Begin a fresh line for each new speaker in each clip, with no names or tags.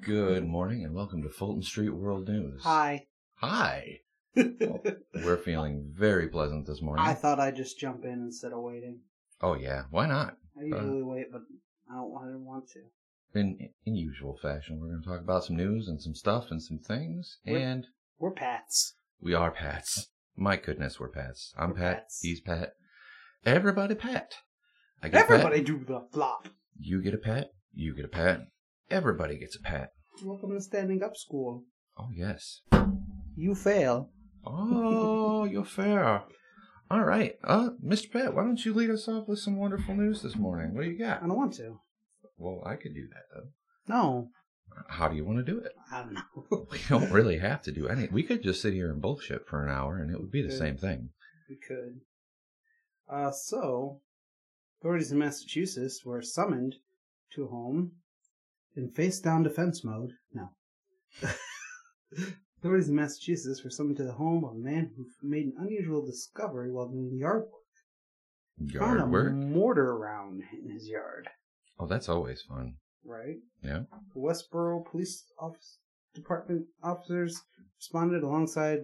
Good morning and welcome to Fulton Street World News.
Hi.
Hi. We're feeling very pleasant this morning.
I thought I'd just jump in instead of waiting.
oh yeah, why not?
I usually wait, but I don't I didn't want to.
In in usual fashion, we're going to talk about some news and some stuff and some things.
We're-
And
We're Pats.
we are Pats. My goodness, we're Pats. I'm
We're
Pat.
Pats.
He's Pat. Everybody Pat. I get a pat,
Everybody do the flop.
You get a pat. You get a pat. Everybody gets a pat.
Welcome to standing up school.
Oh yes.
You fail.
Oh, you're fair. All right. Uh, Mr. Pat, why don't you lead us off with some wonderful news this morning? What do you
I
got?
don't want to.
Well, I could do that, though.
No.
How do you want to do it?
I don't know.
We don't really have to do any. We could just sit here and bullshit for an hour, and it would be the
Okay.
same thing.
we could. Uh, so, authorities in Massachusetts were summoned to a home in face down defense mode. No. authorities in Massachusetts were summoned to the home of a man who made an unusual discovery while doing yard work. Found a
Yard work.
mortar round in his yard.
Oh, that's always fun.
Right?
Yeah.
The Westboro Police Office Department officers responded alongside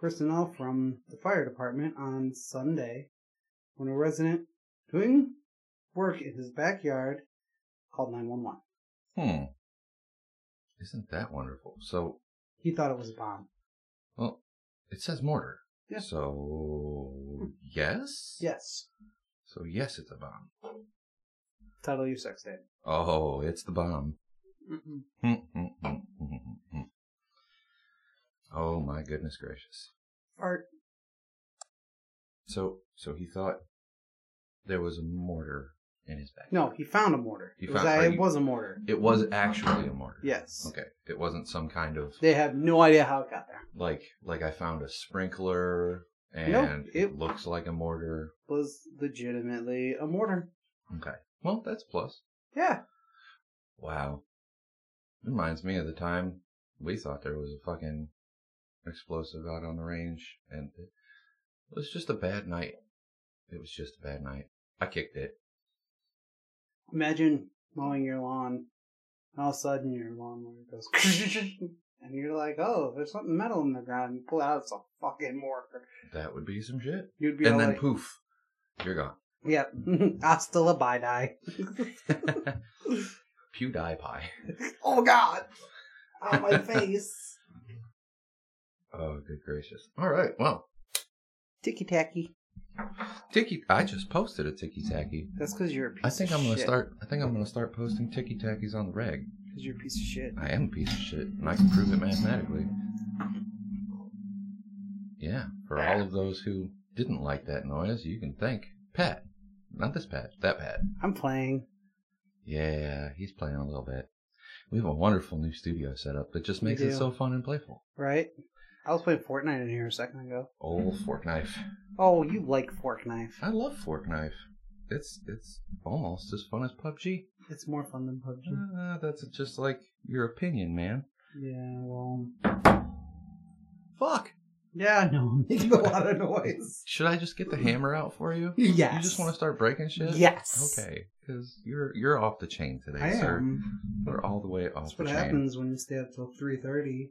personnel from the fire department on Sunday when a resident doing work in his backyard called 911.
Hmm. Isn't that wonderful? So,
He thought it was a bomb.
well, it says mortar.
Yeah.
So, yes?
Yes.
So, yes, it's a bomb.
Title you sex tape.
Oh, it's the bomb.
Mm-mm.
Mm-hmm. oh my goodness gracious.
Fart.
So so he thought there was a mortar in his back.
No, he found a mortar.
He
it was,
found-
a,
are
it
you-
was a mortar.
It was actually a mortar.
Yes.
Okay. It wasn't some kind of
They have no idea how it got there.
like like I found a sprinkler and
Nope,
it,
it-
looks like a mortar.
It was legitimately a mortar.
Okay. Well, that's a plus.
Yeah.
Wow. Reminds me of the time we thought there was a fucking explosive out on the range, and it was just a bad night. It was just a bad night. I kicked it.
Imagine mowing your lawn, and all of a sudden your lawnmower goes, and you're like, "Oh, there's something metal in the ground." You pull it out, it's a fucking mortar.
That would be some shit.
You'd be
and
all
then
like,
poof, you're gone.
"Yep, hasta la bye die."
Pewdie pie.
Oh God, on my face,
Oh, good gracious. All right. Well,
ticky tacky.
Tiki. I just posted a Tiki Tacky.
That's because you're a piece.
I think
of
I'm gonna
shit.
start. I think I'm gonna start posting Tiki Tackies on the reg.
because you're a piece of shit.
I am a piece of shit, and I can prove it mathematically. Yeah, for all of those who didn't like that noise, you can thank Pat. Not this Pat, that Pat.
I'm playing.
Yeah, he's playing a little bit. We have a wonderful new studio setup that just
We
makes
do.
it so fun and playful.
Right? I was playing Fortnite in here a second ago.
Old fork knife.
Oh, you like fork knife?
I love fork knife. It's it's almost as fun as PUBG.
It's more fun than PUBG.
Uh, that's just like your opinion, man.
Yeah, well.
Fuck.
Yeah, I know. I'm making a lot of noise.
Should I just get the hammer out for you?
Yes.
You just want to start breaking shit?
Yes.
Okay, because you're you're off the chain today,
I
sir.
am.
We're all the way off
That's
the
what
chain.
happens when you stay up till three thirty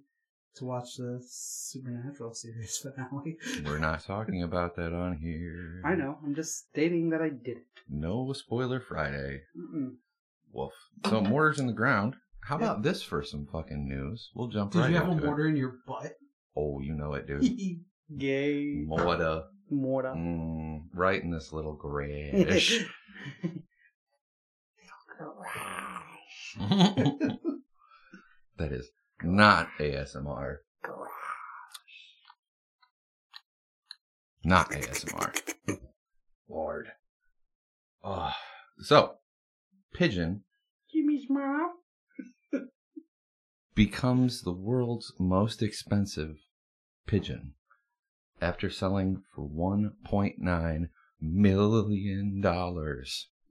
to watch the Supernatural series finale.
We're not talking about that on here.
I know. I'm just stating that I did it.
No spoiler Friday.
Mm-mm.
Wolf. So mortars in the ground. How about this for some fucking news? We'll jump right into it.
in your butt?
Oh, you know it, dude.
Gay
Mortar.
mortar.
Mm, right in this little grayish.
garage.
that is not ASMR. Not ASMR. Lord. Oh. So, Pigeon
Jimmy's mom.
becomes the world's most expensive pigeon after selling for $1.9 million.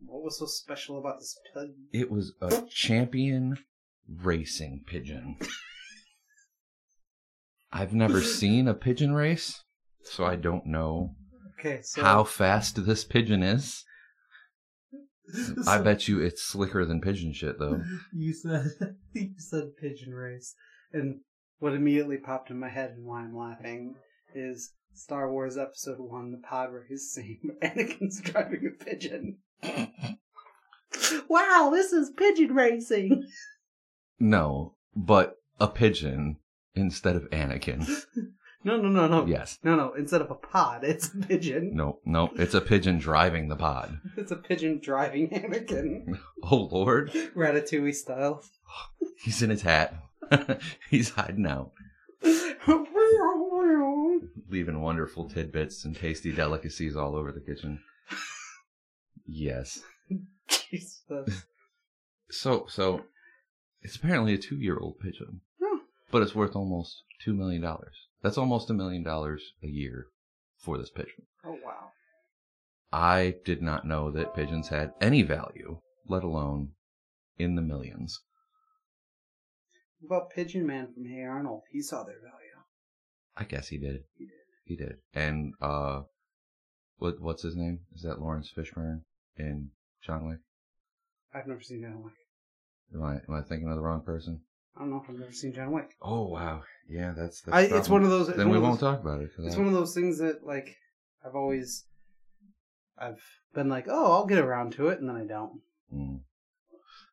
What was so special about this pug?
It was a champion racing pigeon. I've never seen a pigeon race, so I don't know
Okay, so
how fast this pigeon is. I bet you it's slicker than pigeon shit, though.
You said you said pigeon race, and what immediately popped in my head and why I'm laughing is Star Wars Episode One: The Pod Race scene. where Anakin's driving a pigeon. wow, this is pigeon racing.
No, but a pigeon instead of Anakin.
No, no, no, no.
Yes.
No, no. Instead of a pod, it's a pigeon.
No, no, it's a pigeon driving the pod.
It's a pigeon driving Anakin,
Oh, Lord.
Ratatouille style.
He's in his hat. He's hiding out, leaving wonderful tidbits and tasty delicacies all over the kitchen. Yes.
Jesus.
So, so it's apparently a two-year-old pigeon,
Huh.
but it's worth almost two million dollars. That's almost a million dollars a year for this pigeon.
Oh wow.
I did not know that pigeons had any value, let alone in the millions.
What about Pigeon Man from Hey Arnold? He saw their value.
I guess he did.
He did.
He did. And uh, what what's his name? Is that Lawrence Fishburne in John Wick?
I've never seen John Wick.
Am I am I thinking of the wrong person?
I don't know if I've never seen John Wick.
Oh wow, yeah, that's that's.
I, it's one of those. It's
Then
one
we
of
won't
those,
talk about it. 'cause
It's
I-
one of those things that like I've always, I've been like, oh, I'll get around to it, and then I don't.
Mm.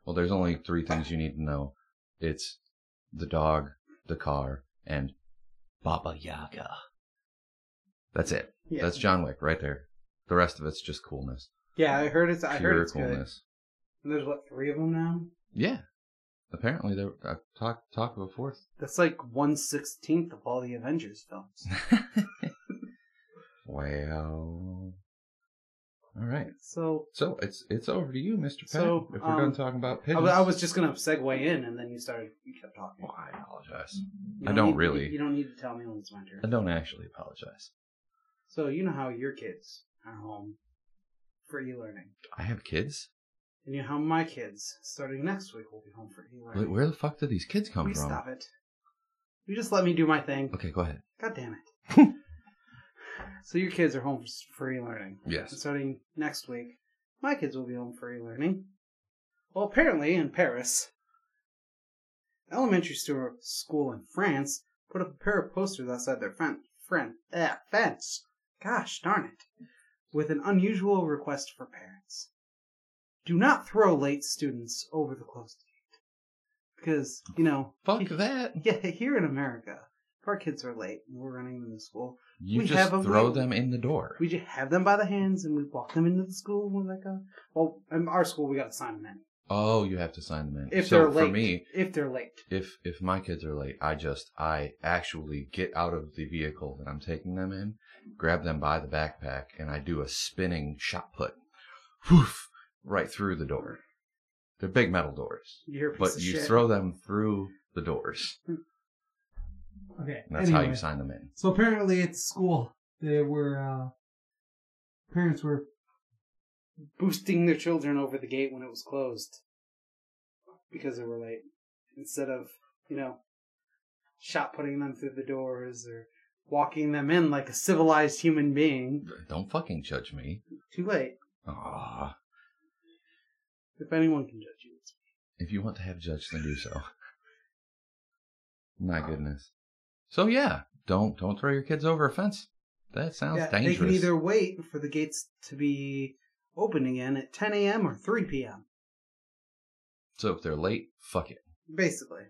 Well, there's only three things you need to know. It's the dog, the car, and Baba Yaga. That's it.
Yeah.
That's John Wick right there. The rest of it's just coolness.
yeah, I heard it's. I
Pure
heard it's good.
coolness.
And there's what three of them now.
Yeah. Apparently, there. I talked talked of a fourth.
That's like one sixteenth of all the Avengers films.
Well. All right.
so
So it's it's over to you, Mr. Pat.
So,
if we're
um,
done talking about
I,
pigeons,
wa- I was just gonna segue in, and then you started. You kept talking.
Well, I apologize.
You
I don't
need-
really.
You don't need to tell me when it's my turn.
I don't actually apologize.
So you know how your kids are home for e-learning,
I have kids.
and you know how my kids, starting next week, will be home for e-learning.
Wait, where the fuck did these kids come
Will you
from?
stop it? You just let me do my thing.
Okay, go ahead.
God damn it. so your kids are home for s- for e-learning. And
Yes.
starting next week, my kids will be home for e-learning. Well, apparently in Paris, elementary stu- school in France put up a pair of posters outside their fen- friend, eh, fence. Gosh darn it. With an unusual request for parents. Do not throw late students over the close gate. Because, you know,
Fuck that.
yeah, here in America, if our kids are late and we're running them to school,
You
We
just
have a
throw
win.
them in the door.
we just have them by the hands and we walk them into the school. and We're like, uh, well, in our school, we got to sign them
oh, you have to sign them in.
in if
so
they're late.
for me,
if they're late,
if if my kids are late, I just I actually get out of the vehicle that I'm taking them in, grab them by the backpack, and I do a spinning shot put, woof, right through the door. They're big metal doors,
you're a piece
but
of
you
shit.
throw them through the doors.
Okay.
And that's
anyway,
how you sign them in.
So apparently at school, they were uh, parents were
boosting their children over the gate when it was closed because they were late instead of you know shot putting them through the doors or walking them in like a civilized human being.
Don't fucking judge me.
Too late.
Ah,
If anyone can judge you, it's
if you want to have judged, then do so. My goodness. So yeah, don't don't throw your kids over a fence. That sounds
Yeah,
dangerous.
They can either wait for the gates to be open again at 10 a.m. or 3 p.m.
So if they're late, fuck it.
Basically,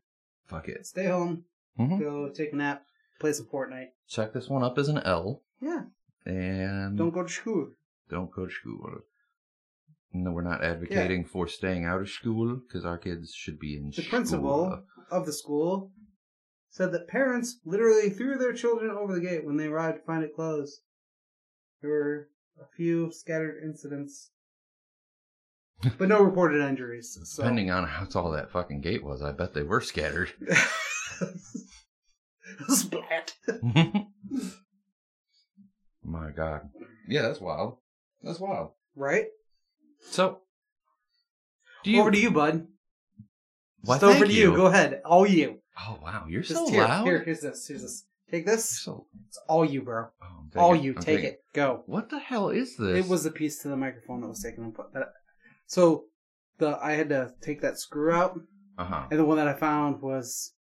Fuck it.
stay home,
Mhm.
go take a nap, play some Fortnite.
Check this one up as an L.
Yeah,
And
don't go to school.
don't go to school. No, we're not advocating for staying out of school because our kids should be in
The
school. Uh,
principal of the school said that parents literally threw their children over the gate when they arrived to find it closed. There were a few scattered incidents, but no reported injuries. So.
Depending on how tall that fucking gate was, I bet they were scattered.
Splat.
My God. Yeah, that's wild. That's wild.
Right?
So, do you?
Over to you, bud.
Why,
Just over
thank
to you. Go ahead. All you.
Oh wow, you're
Just
so
here,
loud.
here, here's this. Here's this. Take
You're
this.
So,
It's all you, bro.
oh, I'm
all
taking-
you.
I'm
Take
taking-
it. Go.
What the hell is this?
It was a piece to the microphone that was taken and put that. So the I had to take that screw out,
Uh huh.
and the one that I found was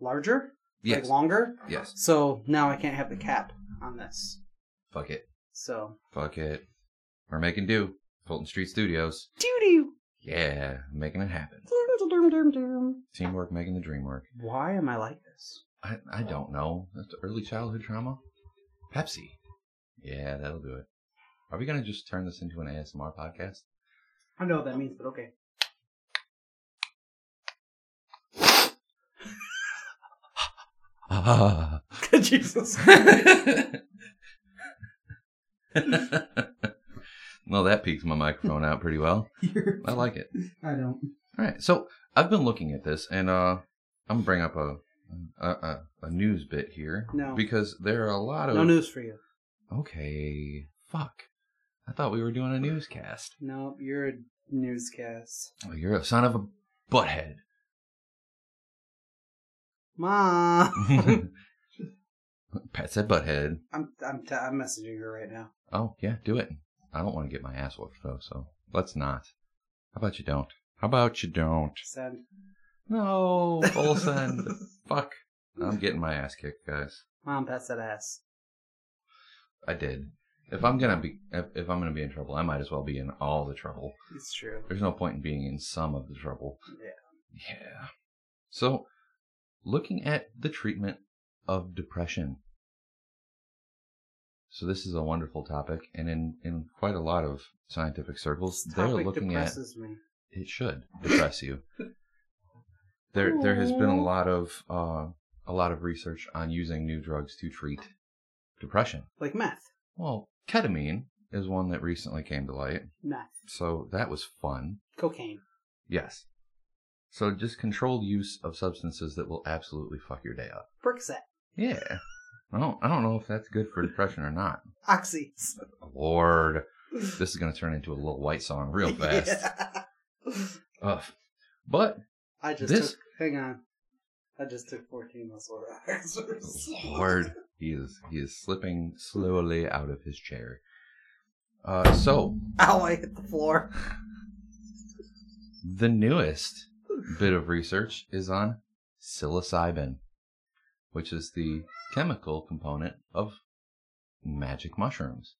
larger,
Yes.
like longer.
yes.
So now I can't have the cap on this.
Fuck it.
So
Fuck it. We're making do. Fulton Street Studios.
doo
Yeah, making it happen.
doo.
Teamwork making the dream work.
Why am I like this?
I, I don't know. That's early childhood trauma. Pepsi. Yeah, that'll do it. Are we gonna just turn this into an ASMR podcast?
I don't know what that means, but okay.
Ah.
Jesus.
well, that peeks my microphone out pretty well.
You're-
I like it.
I don't.
All right, so I've been looking at this, and uh, I'm gonna bring up a a, a, a news bit here
No.
because there are a lot of
No news for you.
Okay, fuck. I thought we were doing a newscast.
No, you're a newscast.
Oh, you're a son of a butthead.
Mom,
Pat said butthead.
I'm I'm t- I'm messaging her right now.
Oh yeah, do it. I don't want to get my ass whooped though, so let's not. How about you don't? How about you don't?
Send.
No, full send. Fuck. I'm getting my ass kicked, guys.
Mom, pass that ass.
I did. If I'm gonna be, if, if I'm gonna be in trouble, I might as well be in all the trouble.
It's true.
There's no point in being in some of the trouble.
Yeah.
Yeah. So, looking at the treatment of depression. So this is a wonderful topic, and in in quite a lot of scientific circles,
This
they're
topic
looking at
depresses me.
it should depress you. There, there has been a
Aw.
lot of uh, a lot of research on using new drugs to treat depression.
Like meth.
Well, ketamine is one that recently came to light,
Meth.
so that was fun.
Cocaine.
Yes. So just controlled use of substances that will absolutely fuck your day up.
Percocet.
Yeah. I don't, I don't know if that's good for depression or not.
Oxy.
Lord, this is going to turn into a little white song real fast.
Yeah.
Ugh. But
I just
This-
took. Hang on. I just took 14 muscle relaxers.
Lord, he is he is slipping slowly out of his chair. Uh, so
Ow, I hit the floor.
the newest bit of research is on psilocybin, which is the chemical component of magic mushrooms.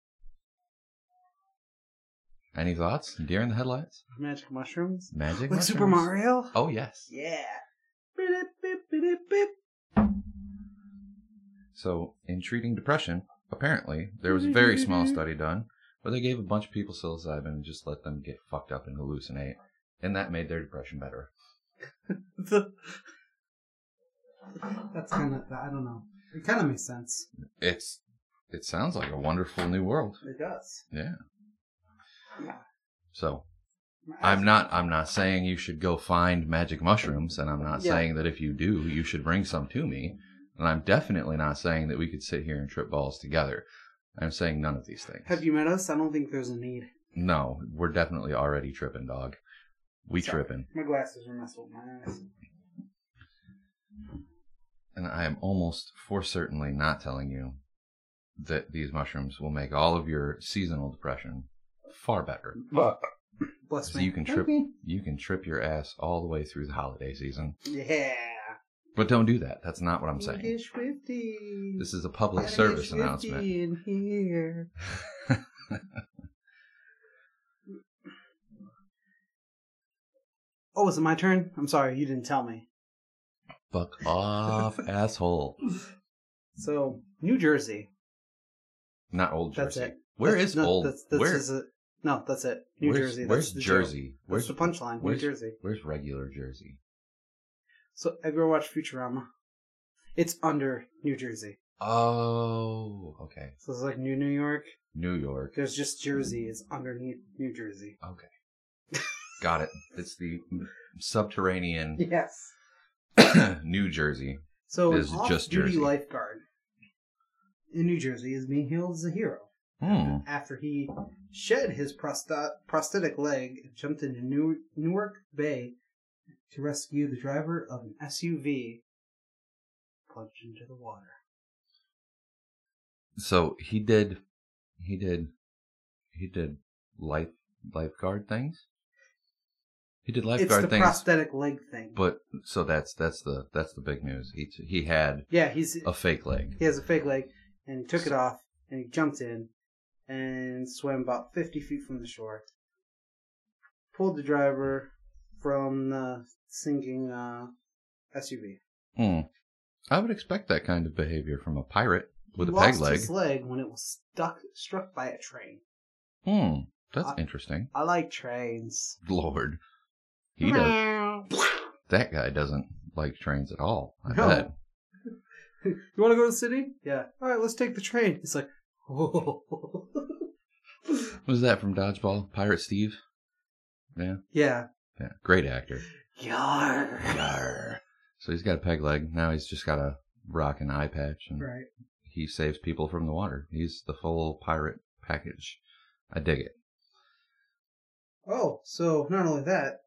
Any thoughts? Deer in the headlights?
Magic mushrooms?
Magic
Like
mushrooms.
Super Mario?
Oh yes.
Yeah. Beep, beep, beep, beep.
So, in treating depression, apparently, there was a very small study done where they gave a bunch of people psilocybin and just let them get fucked up and hallucinate, and that made their depression better.
The- That's kind of, I don't know. It kind of makes sense.
It's it sounds like a wonderful new world.
It does.
Yeah.
Yeah.
So, I'm not I'm not saying you should go find magic mushrooms and I'm not
Yeah.
saying that if you do, you should bring some to me, and I'm definitely not saying that we could sit here and trip balls together. I'm saying none of these things.
Have you met us? I don't think there's a need.
No, we're definitely already tripping, dog. We
Sorry.
tripping.
My glasses are messed with my eyes.
and I am almost for certainly not telling you that these mushrooms will make all of your seasonal depression far better.
Bless
So
me.
you can trip
Okay.
you can trip your ass all the way through the holiday season.
Yeah.
But don't do that. That's not what I'm saying.
English 50.
This is a public service announcement.
In here. oh, is it my turn? I'm sorry, you didn't tell me.
Fuck off, asshole.
So, New Jersey.
Not old Jersey.
That's it.
Where
That's-
is
no,
old?
That's, that's
Where-
is it. No, that's it. New
where's,
Jersey. That's
Where's
the joke.
Jersey? Where's
that's the punchline. New
where's-
Jersey.
Where's regular Jersey?
So, have you ever watched Futurama? It's under New Jersey.
Oh, okay.
So it's like New New York.
New York.
There's just Jersey is underneath New Jersey.
Okay. Got it. It's the subterranean
Yes.
New Jersey.
So
This
an
is just
off-duty
Jersey.
lifeguard in New Jersey is being hailed as a hero
Hmm.
after he shed his prosth- prosthetic leg and jumped into New- Newark Bay to rescue the driver of an SUV plunged into the water.
So he did, he did, he did life lifeguard things. He did
it's the
lifeguard things,
prosthetic leg thing.
but so that's that's the that's the big news. He he had
yeah, he's
a fake leg.
he has a fake leg, and he took it off, and he jumped in, and swam about fifty feet from the shore. Pulled the driver from the sinking uh, SUV.
Hmm. I would expect that kind of behavior from a pirate with
he
a peg
lost
leg.
his leg when it was stuck struck by a train.
Hmm. That's
I-
interesting.
I like trains.
Lord,
Hmm.
he does. That guy doesn't like trains at all. I
No.
bet.
you want to go to the city? Yeah. All right, let's take the train. It's like, oh,
Was that from Dodgeball? Pirate Steve? Yeah.
yeah,
Yeah. Great actor.
yar.
Yarr. So he's got a peg leg. Now he's just got a rock and eye patch, and
Right.
he saves people from the water. He's the full pirate package. I dig it.
Oh, so not only that,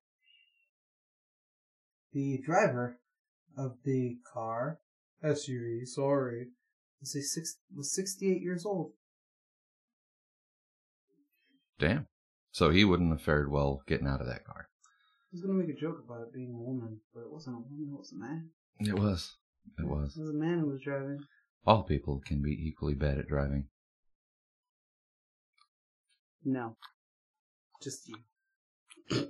the driver of the car SUV, sorry, was a six was sixty eight years old.
Damn. So he wouldn't have fared well getting out of that car.
I was gonna make a joke about it being a woman, but it wasn't a woman. It was a man.
It was. It
It
was.
was a man who was driving.
All people can be equally bad at driving.
No, just you.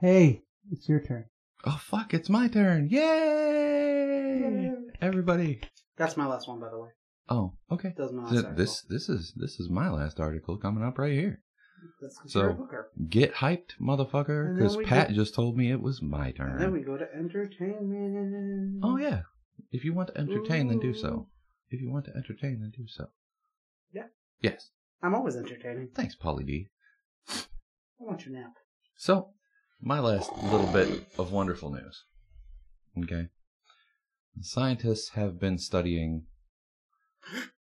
Hey, it's your turn.
Oh fuck! It's my turn. Yay! Everybody.
That's my last one, by the way.
Oh, okay.
That was my last
So
article.
this this is this is my last article coming up right here.
That's 'cause
so-
you're a hooker.
Get hyped, motherfucker,
And then
because
we
Pat
get-
just told me it was my
And then
turn.
we go to entertainment.
Oh yeah. If you want to entertain, then do so. If you want to entertain, then do so.
Yeah.
Yes.
I'm always entertaining.
Thanks, Polly D.
I want your nap.
So, my last little bit of wonderful news. Okay. Scientists have been studying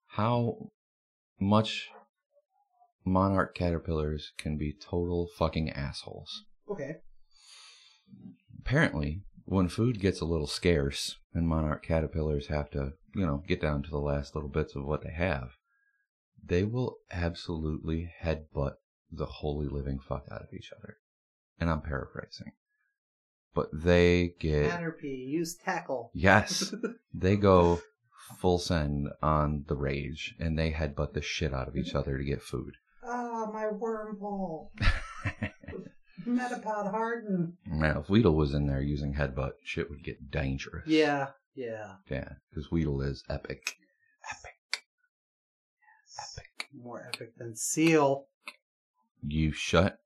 how much monarch caterpillars can be total fucking assholes.
Okay.
Apparently, when food gets a little scarce and monarch caterpillars have to, you know, get down to the last little bits of what they have, they will absolutely headbutt the holy living fuck out of each other. And I'm paraphrasing. But they get.
Anarchy. Use tackle.
Yes. they go full send on the rage and they headbutt the shit out of each other to get food.
Ah, my wormhole. Metapod harden.
Now, if Weedle was in there using headbutt, shit would get dangerous.
Yeah. Yeah.
Yeah, because Weedle is epic.
More epic than seal.
You shut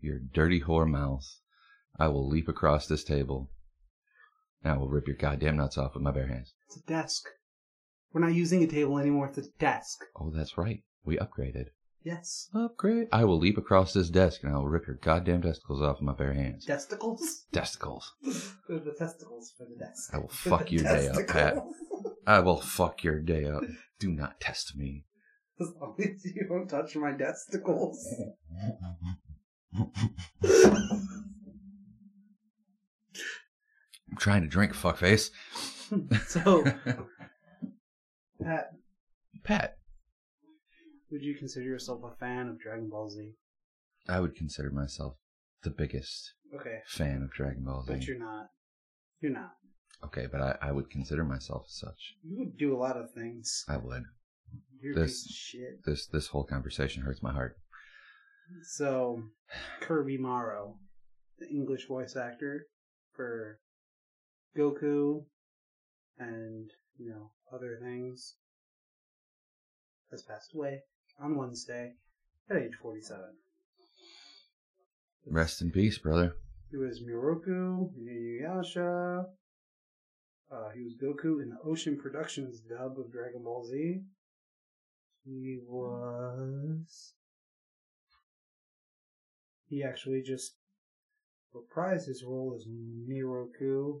your dirty whore mouth. I will leap across this table. And I will rip your goddamn nuts off with my bare hands.
It's a desk. We're not using a table anymore. It's a desk.
Oh, that's right. We upgraded.
Yes.
Upgrade? I will leap across this desk and I will rip your goddamn testicles off with my bare hands.
Testicles.
Testicles.
They're the testicles for the desk.
I will
They're
fuck
the
your day up, Pat.
testicles.
I will fuck your day up. Do not test me.
As long as you don't touch my testicles.
I'm trying to drink, fuckface.
so, Pat,
Pat,
would you consider yourself a fan of Dragon Ball Z?
I would consider myself the biggest
Okay,
fan of Dragon Ball Z.
but you're not. You're not.
Okay, but I, I would consider myself as such.
You would do a lot of things.
I would.
You're a
This-
piece of shit.
This this whole conversation hurts my heart.
So, Kirby Morrow, the English voice actor for Goku and, you know, other things, has passed away on Wednesday at age 47.
Rest in peace, brother.
He was Miroku, Inuyasha. Uh, he was Goku in the Ocean Productions dub of Dragon Ball Z. He was. He actually just reprised his role as Miroku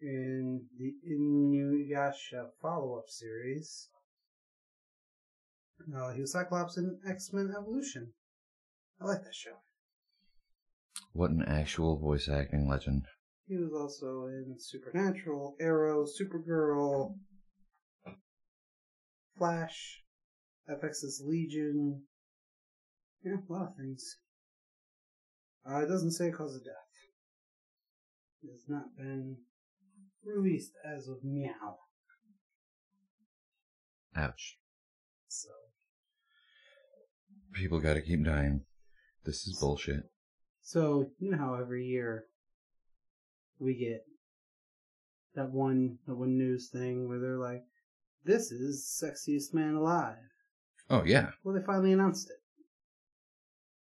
in the Inuyasha follow up series. Uh, he was Cyclops in X Men Evolution. I like that show.
What an actual voice acting legend.
He was also in Supernatural, Arrow, Supergirl, Flash, FX's Legion. Yeah, a lot of things. Uh, it doesn't say cause of death. It has not been released as of now.
Ouch.
So
People gotta keep dying. This is bullshit.
So you know how every year we get that one that one news thing where they're like, "This is sexiest man alive."
Oh yeah.
Well, they finally announced it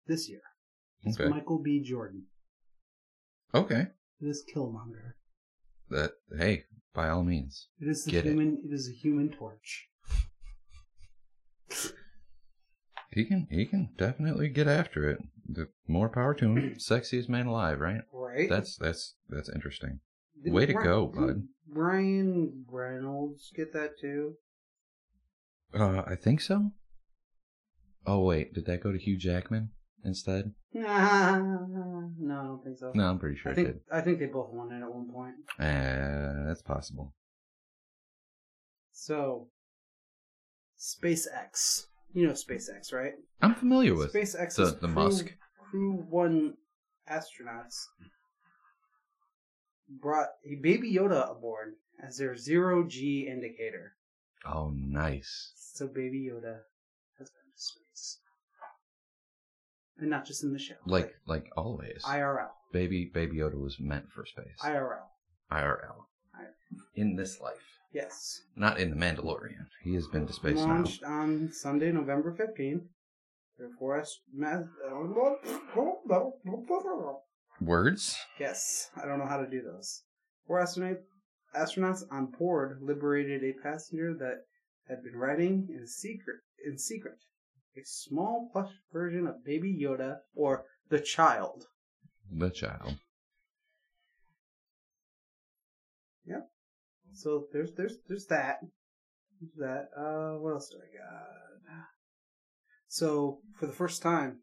this year. It's
Okay.
Michael B. Jordan.
Okay.
It is Killmonger.
That hey, by all means.
It is the
Get it.
human. it is a Human Torch.
He can he can definitely get after it. The more power to him. Sexiest man alive, right?
Right.
That's that's that's interesting.
Didn't
way to
Ry-
go,
didn't Ryan Reynolds get that too.
Uh I think so. Oh wait, did that go to Hugh Jackman instead?
Nah, no, I don't think so.
No, I'm pretty sure
I
it
think
did.
I think they both won it at one point.
Uh that's possible.
So, SpaceX. You know SpaceX, right?
I'm familiar with
SpaceX
the-
is
the
crew,
Musk.
Crew One astronauts brought a baby Yoda aboard as their zero G indicator.
Oh nice.
So baby Yoda has been to space, and not just in the show.
Like like always.
IRL,
Baby Baby Yoda was meant for space.
IRL.
IRL. In this life.
Yes,
Not in The Mandalorian. He has been to space now.
launched on Sunday, November fifteenth. Their four ast- ma-
Words?
Yes, I don't know how to do those. Four astronaut, astronauts on board liberated a passenger that had been riding in secret. In secret, a small plush version of Baby Yoda or the child.
The child.
So there's there's there's that. There's that. Uh, what else do I got? So for the first time,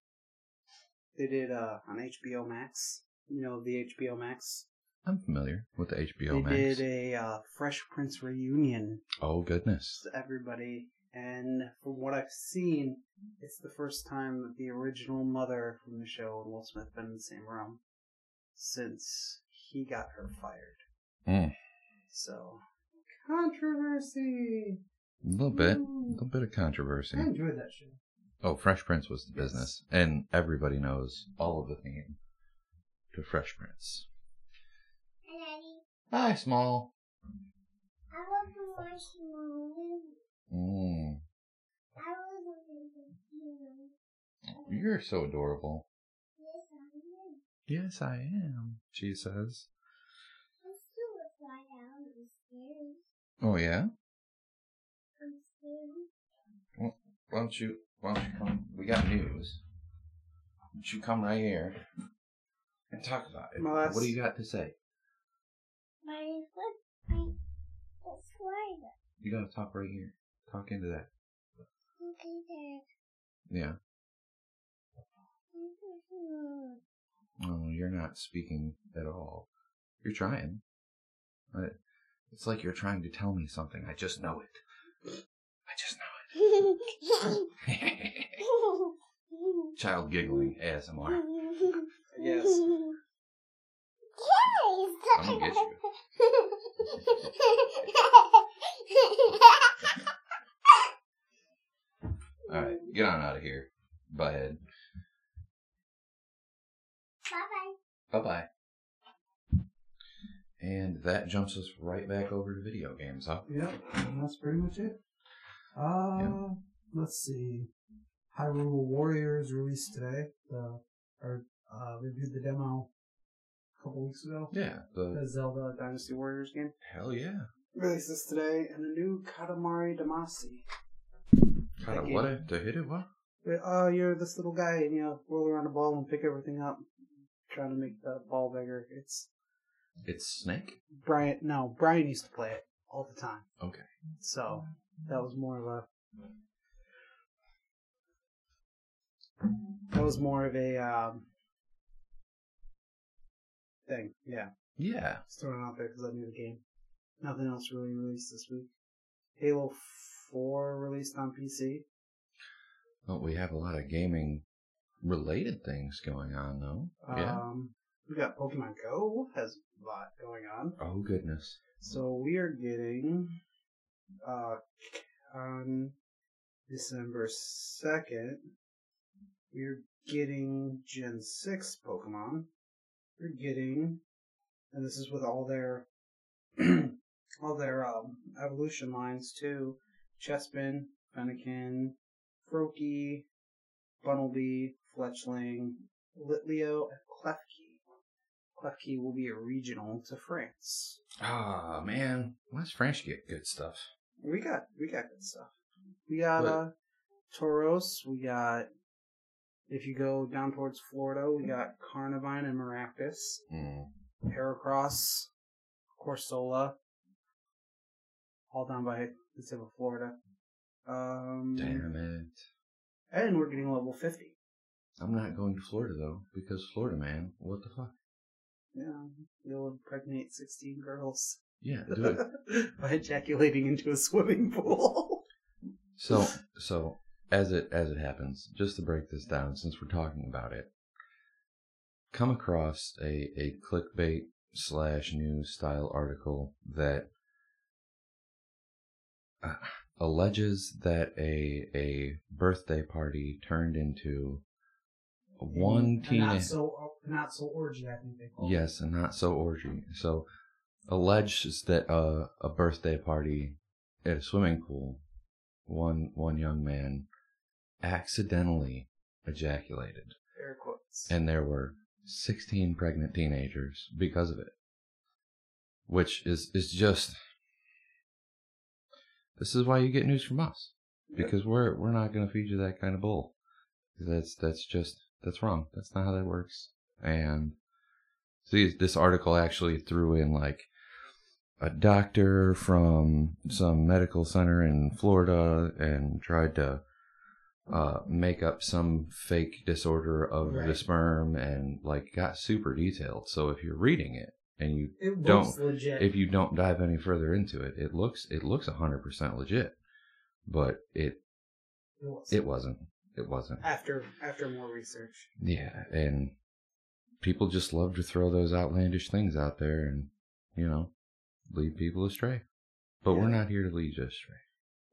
they did uh on HBO Max. You know the HBO Max.
I'm familiar with the HBO
they
Max.
did a uh, Fresh Prince reunion
oh goodness.
to everybody. And from what I've seen, it's the first time that the original mother from the show and Will Smith have been in the same room since he got her fired.
Mm.
So controversy.
A little bit. A
Ooh.
little bit of controversy.
I enjoyed that show.
Oh, Fresh Prince was the
Hmm. Yes.
business. And everybody knows all of the theme to Fresh Prince.
Hi, Daddy.
Hi, small.
I want to watch my movie.
Mm.
I want to watch the movie.
You're so adorable.
Yes, I am.
Yes, I am, she says.
I'm still a fly down. I'm scared.
Oh yeah?
I'm scared.
Why don't you why don't you come we got news. Why don't you come right here and talk about it?
My last-
What do you got to say?
My foot, I, it's slide.
You gotta talk right here. Talk into that.
Okay, Dad.
Yeah.
Hmm.
Oh, you're not speaking at all. You're trying. I- It's like you're trying to tell me something. I just know it. I just know it. Child giggling ASMR.
Yes.
I'm gonna get you. All right, get on out of here. Bye head.
Bye-bye.
Bye bye. And that jumps us right back over to video games, huh?
Yep, and that's pretty much it. Uh,
Yeah.
let's see. Hyrule Warriors released today. The or uh, reviewed the demo a couple weeks ago.
Yeah. The
The Zelda.
Dynasty Warriors game
hell yeah.
releases today, and the new Katamari Damacy.
Kind of
Thank
what?
you.
a- To hit it? What?
Oh, you're this little guy, and you know, roll around a ball and pick everything up, trying to make the ball bigger. It's
It's Snake.
Brian, no, Brian used to play it all the time.
Okay.
So that was more of a that was more of a um, thing. Yeah,
Yeah.
just throwing it out there because I knew the game. Nothing else really released this week. Halo Four released on PC.
Well, we have a lot of gaming related things going on though. yeah.
Um, we got Pokemon Go has a lot going on.
Oh goodness.
So we are getting uh on December second, we're getting Gen six Pokemon. We're getting and this is with all their all their um, evolution lines too. Chespin, Fennekin, Froakie, Bunnelby, Fletchling, Litleo, and Klefki. Klefki will be a regional to France.
Ah man, let's French get good stuff.
We got we got good stuff. We got
But-
uh Toros, we got if you go down towards Florida, we got Carnivine and Maractus,
Mm.
Heracross, Corsola, all down by the tip of Florida. Um
Damn it.
and we're getting level fifty.
I'm not going to Florida though, because Florida man, what the fuck?
Yeah. You'll impregnate sixteen girls
Yeah, do it.
by ejaculating into a swimming pool.
So, so as it as it happens, just to break this down, since we're talking about it, come across a a clickbait slash news style article that uh, alleges that a a birthday party turned into one
A Not
teenage
so, uh, not so orgy, I think they call it.
yes, and not so orgy. So alleges that uh, a birthday party at a swimming pool, one one young man accidentally ejaculated,
Air quotes.
and there were sixteen pregnant teenagers because of it, which is is just. This is why you get news from us because we're we're not going to feed you that kind of bull. That's that's just that's wrong. That's not how that works. And see, this article actually threw in like a doctor from some medical center in Florida and tried to uh, make up some fake disorder of the
Right.
sperm and like got super detailed. So if you're reading it and you
It looks
Don't.
legit.
if you don't dive any further into it, it looks it looks 100% legit, but it
It was.
it wasn't. It wasn't.
after after more research.
Yeah, and people just love to throw those outlandish things out there and, you know, lead people astray. But we're
Yeah.
not here to lead you astray.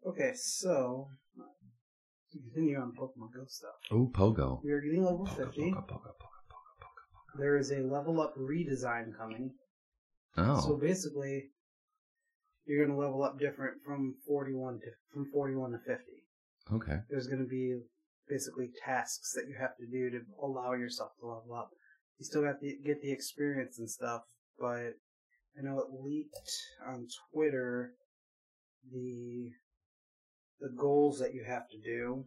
Okay, so to continue on Pokemon Go stuff,
Oh, Pogo.
we are getting level
Pogo,
fifty.
Pogo, Pogo, Pogo,
There is a level up redesign coming.
Pogo.
So
Oh,
basically, you're going to level up different from forty-one to from forty-one to fifty.
okay.
There's going to be basically tasks that you have to do to allow yourself to level up. You still got to get the experience and stuff, but I know it leaked on Twitter the the goals that you have to do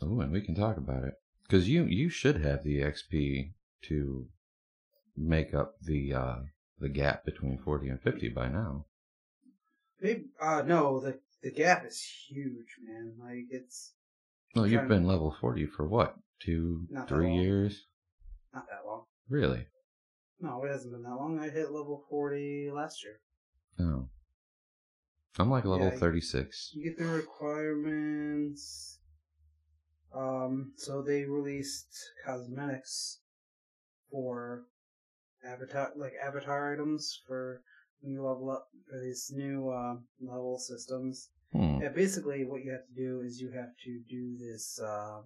Oh, and we can talk about it because you you should have the XP to make up the uh the gap between forty and fifty by now.
They uh no, the the gap is huge, man. Like it's
Well, you've
Trying-
been level forty for what two,
Not that
three
long.
years,
not that long.
really?
No, it hasn't been that long. I hit level forty last year.
Oh. I'm like level
Yeah, you-
36.
You get the requirements. Um, so they released cosmetics for avatar, like avatar items for when you level up for these new uh, level systems.
Hmm.
Yeah, basically what you have to do is you have to do this um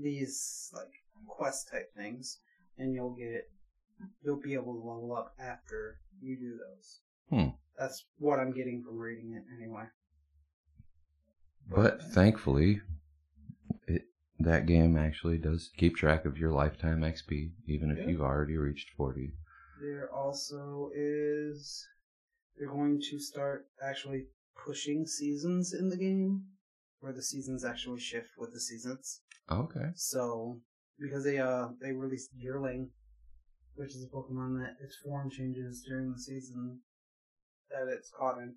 these like quest type things and you'll get you'll be able to level up after you do those.
Hmm.
That's what I'm getting from reading it anyway.
But thankfully, it, that game actually does keep track of your lifetime XP, even if
Yeah.
you've already reached 40.
There also is they're going to start actually pushing seasons in the game where the seasons actually shift with the seasons.
Okay.
So because they uh they released Yearling, which is a Pokemon that its form changes during the season that it's caught in.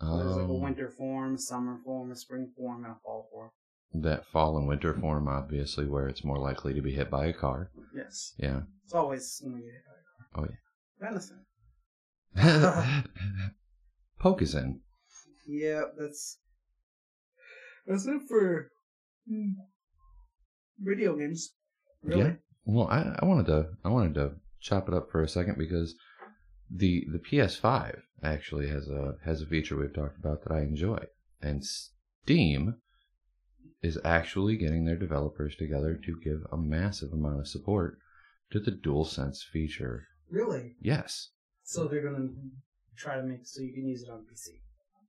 So there's like a
Um,
winter form, a summer form, a spring form, and a fall form.
that fall and winter form, obviously, where it's more likely to be hit by a car.
Yes,
Yeah.
it's always when you get hit by a car.
Oh, yeah.
venison.
Pokezen.
Yeah, that's that's it for hmm, Video games.
Yeah. Well, I, I wanted to I wanted to chop it up for a second because the the PS5 actually has a has a feature we've talked about that I enjoy, and Steam is actually getting their developers together to give a massive amount of support to the DualSense feature.
Really?
Yes.
So they're gonna try to make so you can use it on PC.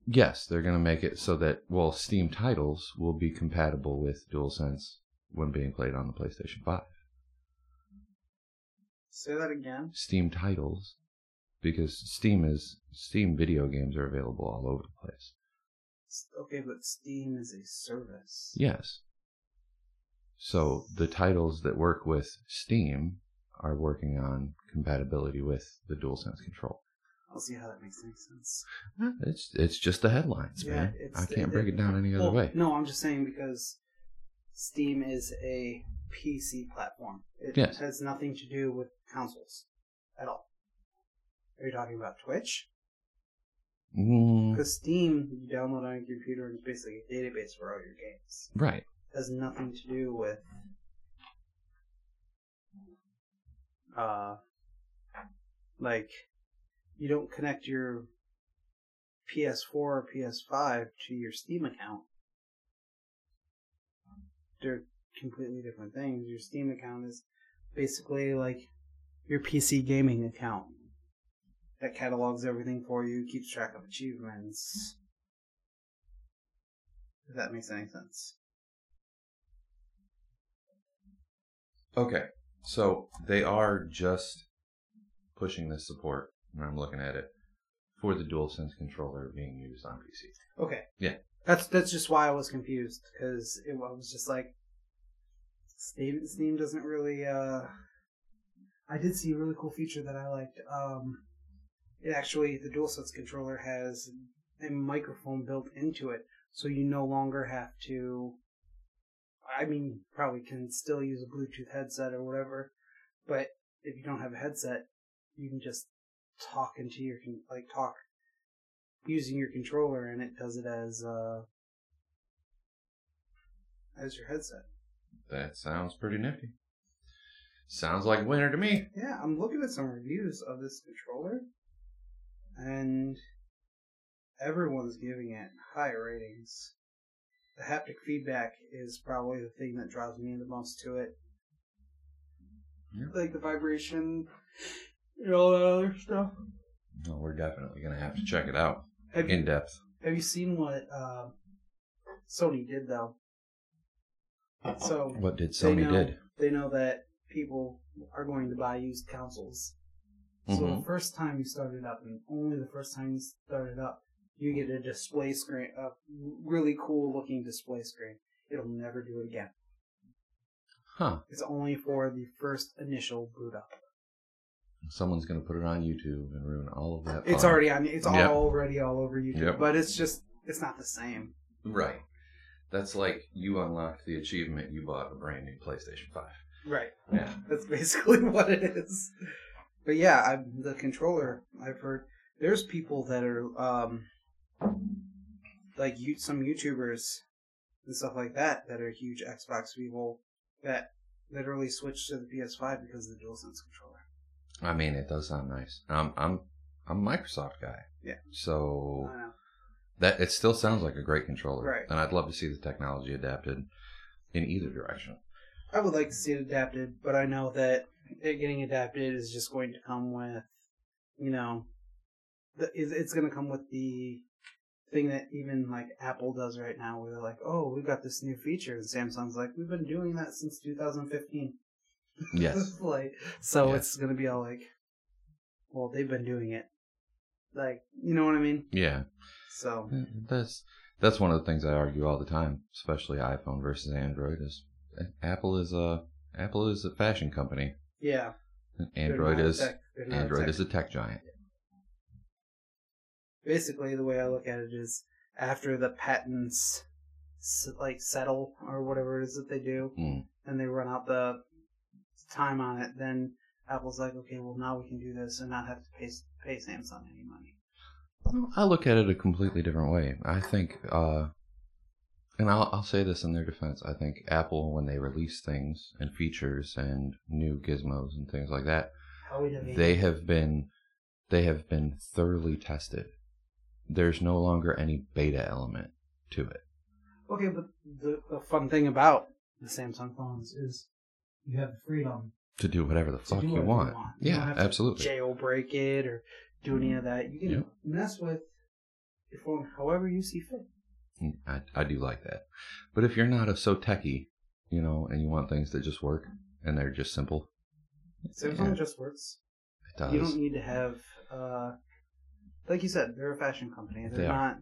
Yes, they're going to make it so that well, Steam titles will be compatible with DualSense when being played on the PlayStation 5.
Say that again.
Steam titles because Steam is Steam video games are available all over the place.
S- Okay, but Steam is a service.
Yes. So the titles that work with Steam are working on compatibility with the DualSense control.
I'll see how that makes any sense.
It's it's just the headlines,
Hmm. Yeah,
man.
it's-
I can't
it-
break it down any other
Well,
way.
No, I'm just saying because Steam is a PC platform. It
Yes.
has nothing to do with consoles at all. Are you talking about Twitch?
Mm,
Because Steam, you download on your computer and it's basically a database for all your games.
right.
has nothing to do with uh like you don't connect your PS4 or PS5 to your Steam account. They're completely different things. Your Steam account is basically like your PC gaming account that catalogs everything for you, keeps track of achievements. If that makes any sense.
Okay. So they are just pushing this support, and I'm looking at it, for the DualSense controller being used on PC.
Okay.
Yeah.
That's that's just why I was confused because it I was just like Steam Steam doesn't really uh I did see a really cool feature that I liked. Um it actually the DualSense controller has a microphone built into it so you no longer have to I mean probably can still use a Bluetooth headset or whatever, but if you don't have a headset, you can just talk into your con- like talk using your controller and it does it as uh as your headset.
That sounds pretty nifty. Sounds like a winner to me.
Yeah, I'm looking at some reviews of this controller and everyone's giving it high ratings. The haptic feedback is probably the thing that draws me the most to it.
Yeah.
Like the vibration and all that other stuff.
Well, we're definitely gonna have to check it out
Have you
in depth.
Have you seen what uh, Sony did though? So
What did
they
Sony
know,
did?
They know that people are going to buy used consoles. So the
Mhm.
first time you start it up, and only the first time you start it up, you get a display screen, a really cool looking display screen. It'll never do it again.
Huh?
It's only for the first initial boot up.
Someone's gonna put it on YouTube and ruin all of that.
It's
fun.
already on. It's
Uh-huh. Yep.
already all over YouTube.
Yep.
But it's just it's not the same.
right. That's like you unlocked the achievement. You bought a brand new PlayStation Five.
Right.
Yeah.
That's basically what it is. But yeah, I'm the controller. I've heard there's people that are um like you, some YouTubers and stuff like that that are huge Xbox people that literally switched to the PS5 because of the DualSense controller.
I mean, it does sound nice. I'm I'm I'm a Microsoft guy.
Yeah.
So
I know.
that it still sounds like a great controller,
Right.
and I'd love to see the technology adapted in either direction.
I would like to see it adapted, but I know that it getting adapted is just going to come with, you know, the, it's- it's going to come with the thing that even like Apple does right now, where they're like, "Oh, we've got this new feature," and Samsung's like, "We've been doing that since 2015."
Yes.
like, so
Yeah.
it's going to be all like, "Well, they've been doing it," like, you know what I mean?
yeah.
So
That's that's one of the things I argue all the time, especially iPhone versus Android. Is eh, Apple is a Apple is a fashion company.
yeah, they're
Android
not a
is
tech- they're not a
Android
tech
is a tech giant.
basically the way I look at it is after the patents s- like settle or whatever it is that they do
Mm.
and they run out the time on it, then Apple's like, okay, well now we can do this and not have to pay pay Samsung any money.
Well, I look at it a completely different way. I think uh, And I'll, I'll say this in their defense. I think Apple, when they release things and features and new gizmos and things like that,
How innovative.
they have been they have been thoroughly tested. There's no longer any beta element to it.
Okay, but the, the fun thing about the Samsung phones is
You have the freedom.
To do whatever the
To
fuck
do
you
whatever you
want.
want.
You don't
Yeah,
have to
absolutely. Hmm.
jailbreak it or do any of that. You can
Yep.
mess with your phone however you see fit.
Mm, I, I do like that. But if you're not a so techie, you know, and you want things that just work and they're just simple,
Samsung
Yeah.
just works.
it does.
You don't need to have, uh, like you said, they're a fashion company. They're
They are.
not.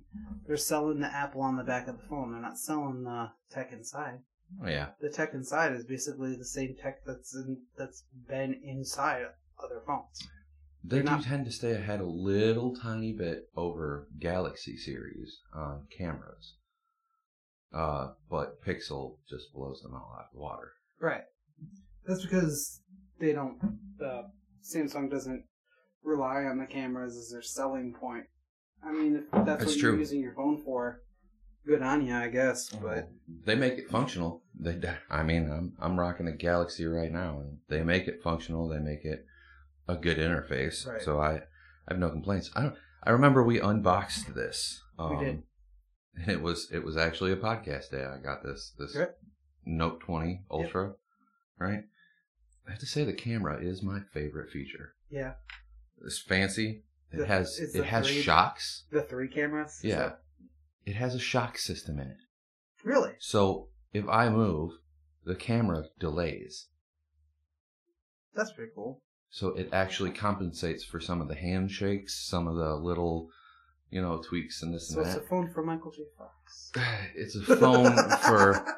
They're selling the Apple on the back of the phone. They're not selling the tech inside.
oh, yeah.
The tech inside is basically the same tech that's in, that's been inside other phones.
They
They're
do
not-
tend to stay ahead a little tiny bit over Galaxy series on cameras. Uh, but Pixel just blows them all out of the water.
Right. That's because they don't. Uh, Samsung doesn't rely on the cameras as their selling point. I mean, if that's,
That's
what
true.
you're using your phone for, good on you, I guess.
Mm-hmm.
But
Oh, they make it functional. They, d- I mean, I'm I'm rocking a Galaxy right now, and they make it functional. They make it a good interface.
Right.
So I, I have no complaints. I don't. I remember we unboxed this. Um,
did.
And it was it was actually a podcast day. I got this this
Yep.
Note 20 Ultra, right? I have to say the camera is my favorite feature.
yeah,
It's fancy. It
The-
has
it's
it
the
has
three-
shocks.
the three cameras. is
Yeah.
that-
It has a shock system in it.
really.
So if I move, the camera delays.
That's pretty cool.
So it actually compensates for some of the handshakes, some of the little, you know, tweaks and this
So
and
it's
that.
a phone for Michael J. Fox.
It's a phone for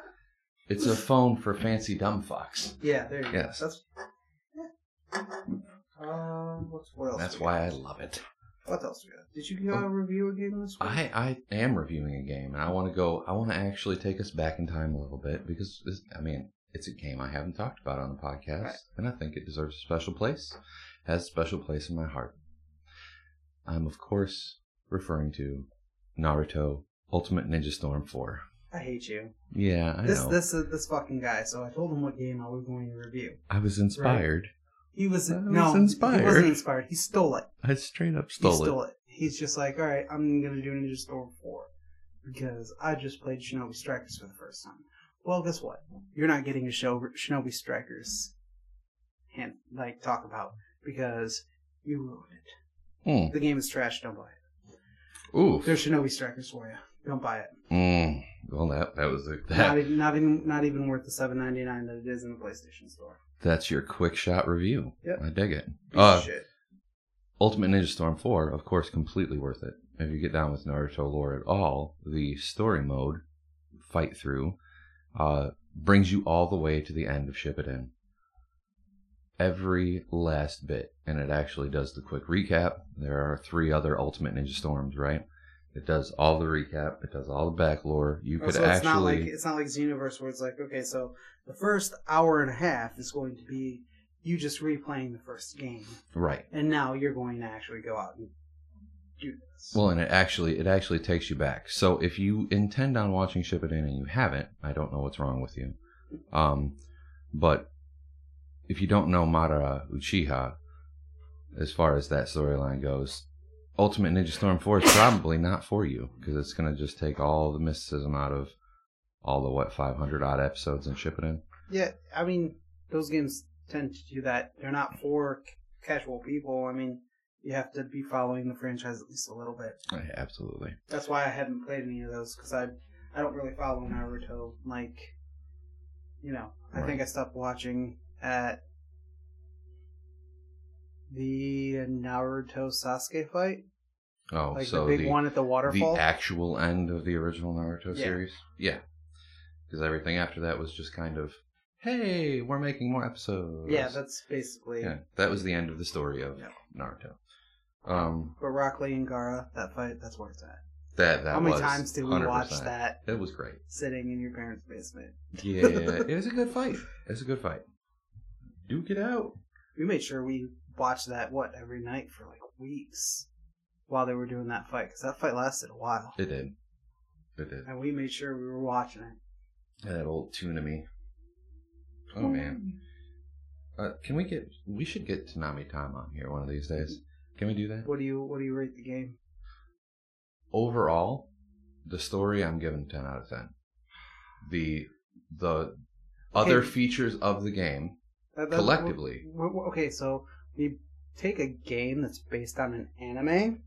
it's a phone for fancy dumb fucks.
Yeah, there you go.
Yes.
That's. Um, what's, what else?
That's
we
why I
got?
love it.
What else we got? Did you uh, review a game this week?
I, I am reviewing a game, and I want to go. I want to actually take us back in time a little bit because this, I mean, it's a game I haven't talked about on the podcast,
Right.
and I think it deserves a special place. Has a special place in my heart. I'm of course referring to Naruto Ultimate Ninja Storm Four.
I hate you.
Yeah, I
this
know.
this uh, this fucking guy. So I told him what game I was going to review.
I was inspired.
He was
I was
no He
inspired.
wasn't inspired. He stole it.
I straight up
he
stole,
stole
it.
it. He's just like, all right, I'm gonna do Ninja Storm four because I just played Shinobi Strikers for the first time. Well, guess what? You're not getting a show Shinobi Strikers and like talk about because you ruined it. The game is trash. Don't buy it.
Hmm. Oof.
There's Shinobi Strikers for you. Don't buy it.
Mm. Well, that that was a,
Not
that.
even not even not even worth the seven ninety nine that it is in the PlayStation Store.
That's your quick shot review.
Yep.
I dig it.
Piece
Uh,
of shit.
Ultimate Ninja Storm 4, of course, completely worth it. If you get down with Naruto lore at all, the story mode, fight through, uh, brings you all the way to the end of Shippuden. Every last bit. And it actually does the quick recap. There are three other Ultimate Ninja Storms, right? It does all the recap, it does all the back lore. You
Oh,
could
so it's not like
actually.
it's not like Xenoverse where it's like, okay, so the first hour and a half is going to be you just replaying the first game,
Right.
and now you're going to actually go out and do this.
Well, and it actually it actually takes you back. So if you intend on watching Shippuden and you haven't, I don't know what's wrong with you. Um, but if you don't know Madara Uchiha, as far as that storyline goes, Ultimate Ninja Storm Four is probably not for you because it's gonna just take all the mysticism out of all the what 500 odd episodes in Shippuden.
yeah, I mean those games tend to do that. They're not for c- casual people. I mean, you have to be following the franchise at least a little bit.
Absolutely.
That's why I haven't played any of those because I I don't really follow Naruto. Like, you know, I think I stopped watching at the Naruto Sasuke fight,
Oh,
like
so
the big
the
one at the waterfall.
the actual end of the original Naruto
Yeah.
series. Yeah. Because everything after that was just kind of, hey, we're making more episodes.
yeah, that's basically.
yeah, that was the end of the story of
Yeah.
Naruto. Um,
But Rock Lee and Gara, that fight, that's where it's at.
that that
How many
was
times did we watch
100%.
that
It was great.
sitting in your parents' basement?
Yeah, it was a good fight. It's a good fight. Duke it out.
We made sure we watched that what every night for like weeks while they were doing that fight because that fight lasted a while.
It did. It did.
and we made sure we were watching it.
That old tune of me. Oh man. Uh, can we get? We should get Tanami Tom on here one of these days. Can we do that?
What do you What do you rate the game?
overall, the story I'm giving ten out of ten. The the other
Hey.
features of the game
That- that's-
collectively.
w- w- Okay, so you take a game that's based on an anime.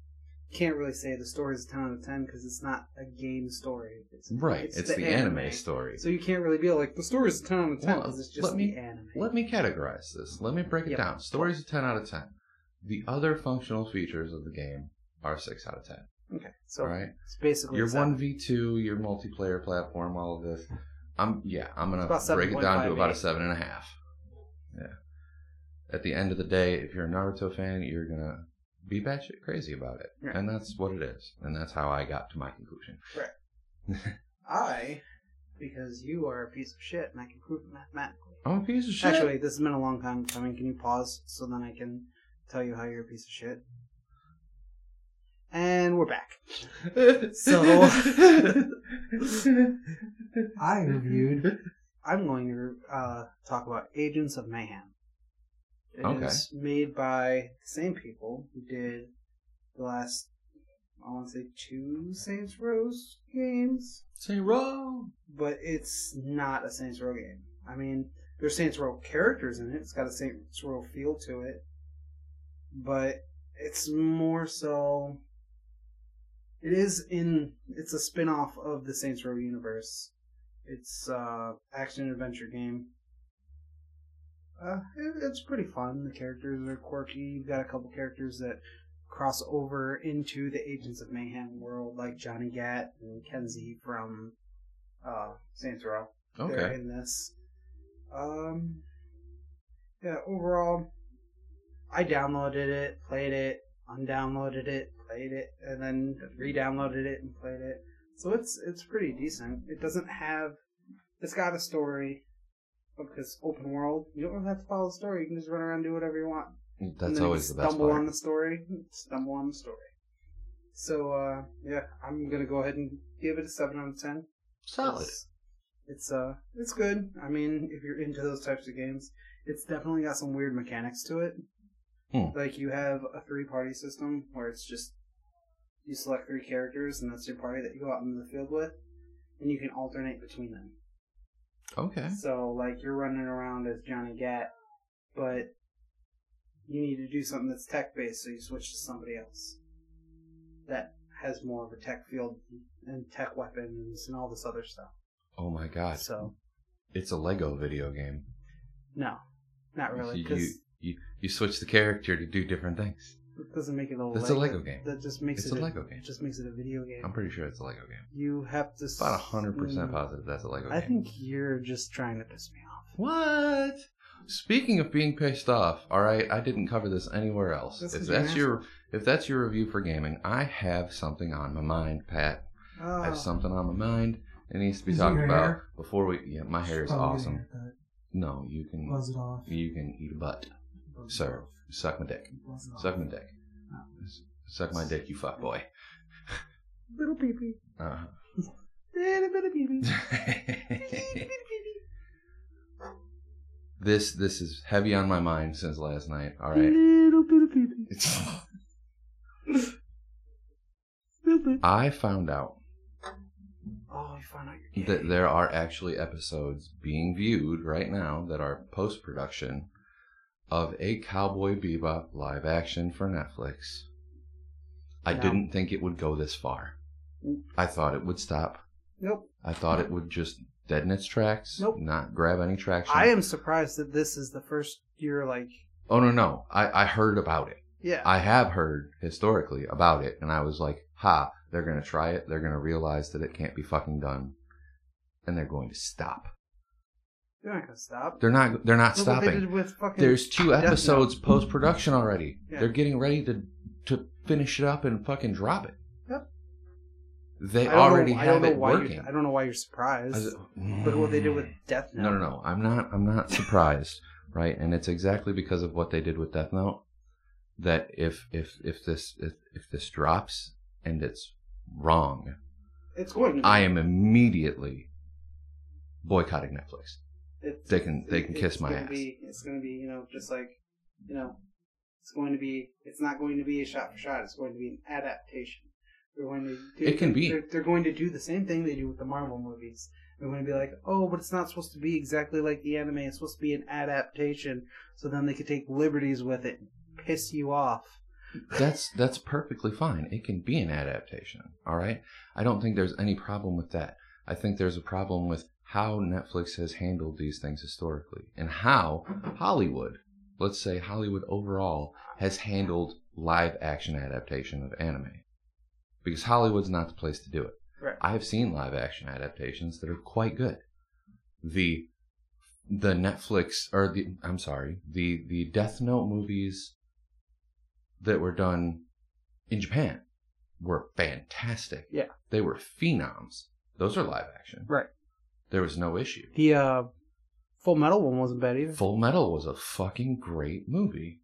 Can't really say the story is ten out of ten because it's not a game story. It's,
Right, it's, the, anime, story.
So you can't really be like the story is ten out of ten
Well,
because it's just
let me-
the anime.
Let me categorize this. Let me break it
Yep.
down. Story's a ten out of ten. The other functional features of the game are six out of ten.
Okay, so
all right,
it's basically
your
seven.
one v two, your multiplayer platform, all of this. I'm yeah, I'm gonna
It's about
break it down to about a
7.58.
seven and a half. Yeah. At the end of the day, if you're a Naruto fan, you're gonna be batshit crazy about it,
Right.
and that's what it is, and that's how I got to my conclusion.
I, because you are a piece of shit and I can prove it mathematically.
I'm a piece of shit.
Actually, this has been a long time coming. Can you pause so then I can tell you how you're a piece of shit? And we're back. so-
I reviewed.
I'm going to uh, talk about Agents of Mayhem. It is
Okay.
made by the same people who did the last, I want to say, two Saints Rose games.
Say wrong.
but it's not a Saints Row game. I mean, there's Saints Row characters in it. It's got a Saints Row feel to it, but it's more so. It is in. It's a spin-off of the Saints Row universe. It's uh action adventure game. Uh, it- it's pretty fun. The characters are quirky. You've got a couple characters that cross over into the Agents of Mayhem world, like Johnny Gat and Kenzie from uh, Saints Row. They're
Okay.
in this. Um, yeah, overall, I downloaded it, played it, undownloaded it, played it, and then re-downloaded it and played it. So it's it's pretty decent. It doesn't have. It's got a story. Because open world, you don't really have to follow the story. You can just run around and do whatever you want
That's always the best
stumble on
part.
the story stumble on the story so uh yeah i'm gonna go ahead and give it a 7 out of 10
Solid.
it's, it's uh it's good i mean if you're into those types of games it's definitely got some weird mechanics to it
Hmm.
like you have a three party system where it's just you select three characters and that's your party that you go out in the field with and you can alternate between them
Okay.
so like you're running around as Johnny Gat, but you need to do something that's tech based, so you switch to somebody else that has more of a tech field and tech weapons and all this other stuff.
Oh my god.
So
It's a Lego video game.
no, not really,
You,
because
you, you, you switch the character to do different things.
it doesn't make it a.
It's a Lego game.
That just makes
It's
it
a Lego game.
It just makes it a video game.
I'm pretty sure it's a Lego game.
you have to.
It's about 100%
mm,
positive that's a Lego
I
game.
think you're just trying to piss me off.
What? Speaking of being pissed off, all right, I didn't cover this anywhere else.
This
if
is an
that's your if that's your review for gaming, I have something on my mind, Pat.
Oh,
I have something on my mind. It needs to be
Is it
talked
your
about
hair?
before we. Yeah, my hair is
Probably gonna
awesome.
hit that.
No, you can
Buzz it off.
you can eat a butt,
Buzz it
sir.
off.
Suck my dick.
Buzz it off.
Suck my dick.
Uh,
Oh.
S- Suck my dick, you fuck boy.
little pee pee,
Uh,
little bit of pee pee,
this this is heavy on my mind since last night. All right.
little bit of pee pee, little bit.
I found out
Oh, you found out you're gay.
that there are actually episodes being viewed right now that are post production of a Cowboy Bebop live action for Netflix. I
No.
didn't think it would go this far. I thought it would stop.
nope.
I thought it would just dead in its tracks,
Nope.
not grab any traction.
I am surprised that this is the first year, like,
oh, no, no. I, I heard about it.
yeah.
I have heard historically about it, and I was like, ha, they're going to try it. They're going to realize that it can't be fucking done, and they're going to stop.
They're not going to stop.
They're not. They're not
Look what they
stopping.
did with fucking
There's two
Death Note.
episodes post production already.
Yeah.
They're getting ready to to finish it up and fucking drop it.
Yep.
They
I don't
already
know, I don't
have
know
it
why you're-
working.
I don't know why you're surprised. Look at what they did with Death Note.
"Mm." No, no, no. I'm not. I'm not surprised, right? And it's exactly because of what they did with Death Note that if if if this if, if this drops and it's wrong,
It's going to be.
I am immediately boycotting Netflix.
It's,
They can- they can
it's
kiss my
gonna
ass.
Be, it's going to be, you know, just like, you know, it's going to be. It's not going to be a shot for shot. It's going to be an adaptation. They're going to. Do,
It can be.
They're, they're going to do the same thing they do with the Marvel movies. They're going to be like, oh, but it's not supposed to be exactly like the anime. It's supposed to be an adaptation. So then they could take liberties with it, and piss you off.
That's that's perfectly fine. It can be an adaptation. All right. I don't think there's any problem with that. I think there's a problem with how Netflix has handled these things historically and how Hollywood, let's say Hollywood overall, has handled live action adaptation of anime. Because Hollywood's not the place to do it.
Right.
I've seen live action adaptations that are quite good. The the Netflix or the I'm sorry, the the Death Note movies that were done in Japan were fantastic.
Yeah.
They were phenoms. Those are live action.
Right.
There was no issue.
The uh, Full Metal one wasn't bad either.
Full Metal was a fucking great movie.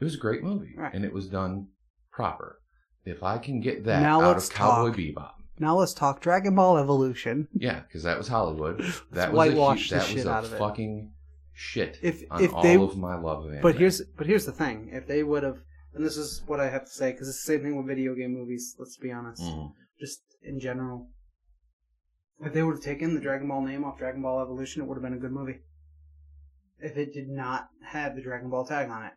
It was a great movie.
Right.
And it was done proper. If I can get that
Now
out
let's
of Cowboy
talk.
Bebop.
Now let's talk Dragon Ball Evolution.
Yeah, because that was Hollywood. That was
whitewash
a, hu-
the
that was
shit
a
out of it.
fucking shit
If-
on
if
all
they-
of my love of anime.
But here's but here's the thing: if they would have, and this is what I have to say, because it's the same thing with video game movies. Let's be honest,
Mhm.
just in general. If they would have taken the Dragon Ball name off Dragon Ball Evolution, it would have been a good movie. If it did not have the Dragon Ball tag on it,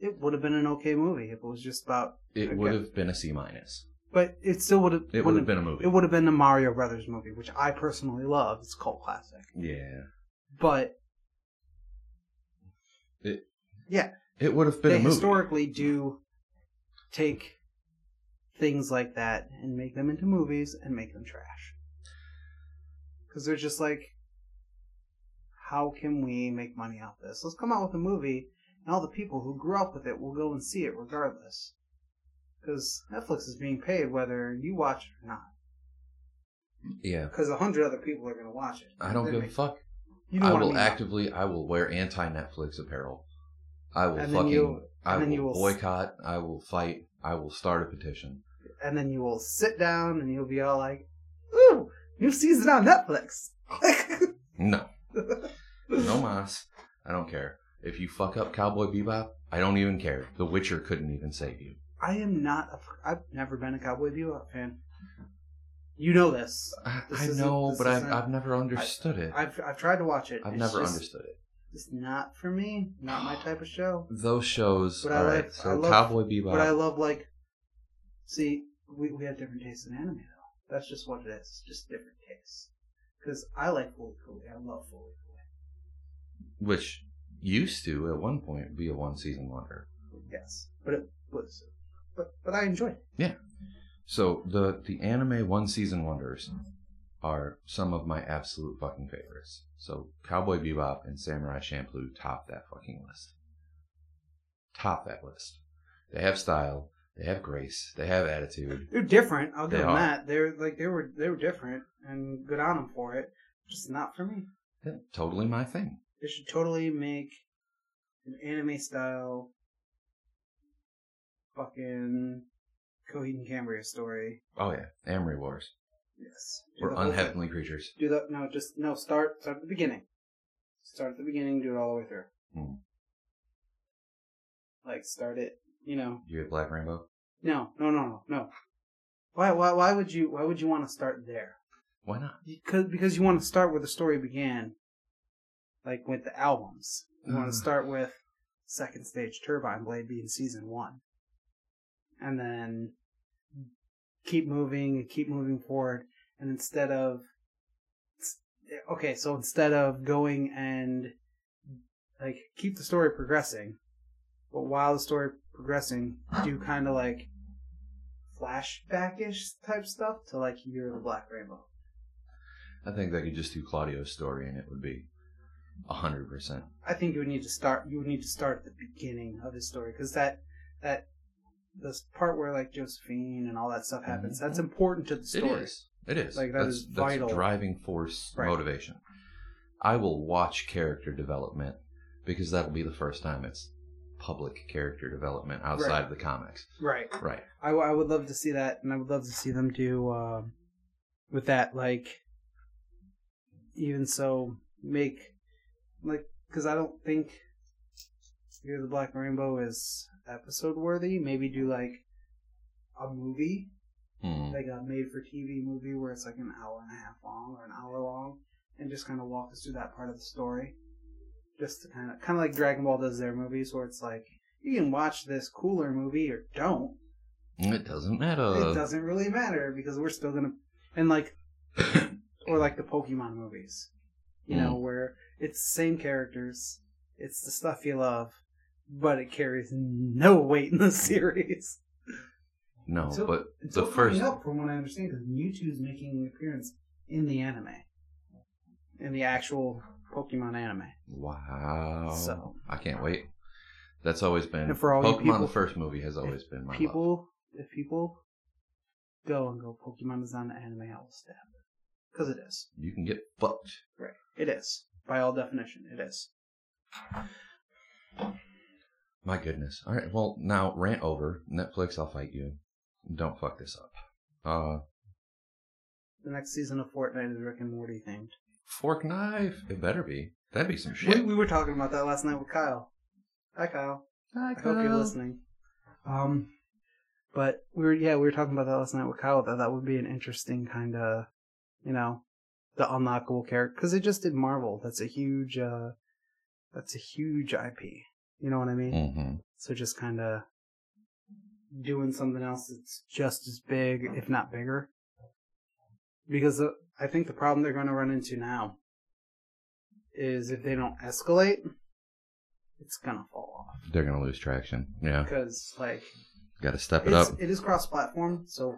it would have been an okay movie. If it was just about,
it
Okay.
would have been a C minus.
but it still would have.
It would have been a movie.
It would have been the Mario Brothers movie, which I personally love. It's a cult classic.
yeah.
But
It would have been
they
a movie.
historically do take things like that and make them into movies and make them trash. Because they're just like, how can we make money off this? Let's come out with a movie, and all the people who grew up with it will go and see it regardless. Because Netflix is being paid whether you watch it or not.
yeah.
Because a hundred other people are going to watch it.
I don't
They're
give a
making-
fuck.
You
I
what
will
mean.
actively, I will wear anti Netflix apparel. I will
And then
fucking,
you'll-
I
and
will,
then you will s-
boycott, I will fight, I will start a petition.
and then you will sit down and you'll be all like, "Ooh, new season on Netflix."
No, no mas. I don't care. If you fuck up Cowboy Bebop, I don't even care. The Witcher couldn't even save you.
I am not. A, I've never been a Cowboy Bebop fan. You know this.
I,
This
I
isn't-
know,
this
but I've,
isn't-
I've never understood it. I've,
I've I've tried to watch it. It's
never
just-
understood it.
It's not for me. Not my type of show.
Those shows,
But I
all right.
like-
so
I love-
Cowboy
But I
Bebop,
love like. See, we we have different tastes in anime though. That's just what it is. It's Just different tastes. Because I like Fully Cooley. I love Fully Cooley.
which used to at one point be a one season wonder.
Yes, but it was. But but I enjoyed it.
So the the anime one season wonders are some of my absolute fucking favorites. So Cowboy Bebop and Samurai Champloo top that fucking list. Top that list. They have style. They have grace. They have attitude.
They're different. I'll give
They
them
are.
that. They're like they were they were different and good on them for it. Just not for me.
Yeah, totally my thing.
They should totally make an anime style fucking Coheed and Cambria story.
Oh yeah, Amory Wars.
Yes. Do
We're
the whole thing.
unheavenly creatures.
Do that. No, just no. Start start at the beginning. Start at the beginning. Do it all the way through.
Hmm.
Like start it. You know.
Do you have Black Rainbow?
No. No. No. No. No. Why? Why? Why would you? Why would you want to start there?
Why not?
Because because you want to start where the story began, like with the albums. You want
Ugh.
to start with second stage turbine blade being season one, and then keep moving and keep moving forward. And instead of okay, so instead of going and like keep the story progressing, but while the story progressing, do kind of like flashback ish type stuff to like Year of the Black Rainbow.
I think they could just do Claudio's story and it would be hundred percent.
I think you would need to start. You would need to start at the beginning of his story because that that this part where like Josephine and all that stuff happens.
Mhm.
That's important to the
It
story.
is. It is.
Like, that
that's,
is
that's
vital.
driving force
Right.
motivation. I will watch character development because that'll be the first time it's public character development outside
Right.
of the comics.
Right.
Right.
I, w- I would love to see that, and I would love to see them do uh, with that, like, even so, make, like, because I don't think Fear the Black Rainbow is episode worthy. Maybe do, like, a movie,
Hmm.
like a made for TV movie where it's like an hour and a half long or an hour long, and just kind of walk us through that part of the story. Just to kind of, kind of like Dragon Ball does their movies, where it's like, you can watch this cooler movie or don't
It doesn't matter.
it doesn't really matter because we're still gonna and like or like the Pokemon movies, you know, where it's the same characters, it's the stuff you love, but it carries no weight in the series.
No,
So-
but
It's
The
all coming
first-
up, from what I understand, because Mewtwo's making an appearance in the anime, in the actual Pokemon anime.
wow.
So-
I can't wait. That's always been
And for all you
Pokemon
people-
the first movie has always been my love.
people, if people go and go, Pokemon is not an anime. I will stab because it is.
You can get fucked.
It is by all definition. It is.
My goodness. All right. Well, now rant over. Netflix, I'll fight you. Don't fuck this up. Uh,
The next season of Fortnite is Rick and Morty themed.
fork knife. It better be. That'd be some
We,
shit.
we were talking about that last night with Kyle. Hi, Kyle.
I
I hope you're listening. Um, but we were yeah we were talking about that last night with Kyle. That that would be an interesting kind of, you know, the unlockable character because they just did Marvel. That's a huge, uh, that's a huge IP. You know what I mean?
Mm-hmm.
So just kind of doing something else that's just as big, if not bigger. Because the, I think the problem they're going to run into now is if they don't escalate, it's going to fall off.
They're gonna lose traction. Yeah.
Because, like,
Got to step it
it's,
up.
it is cross platform, so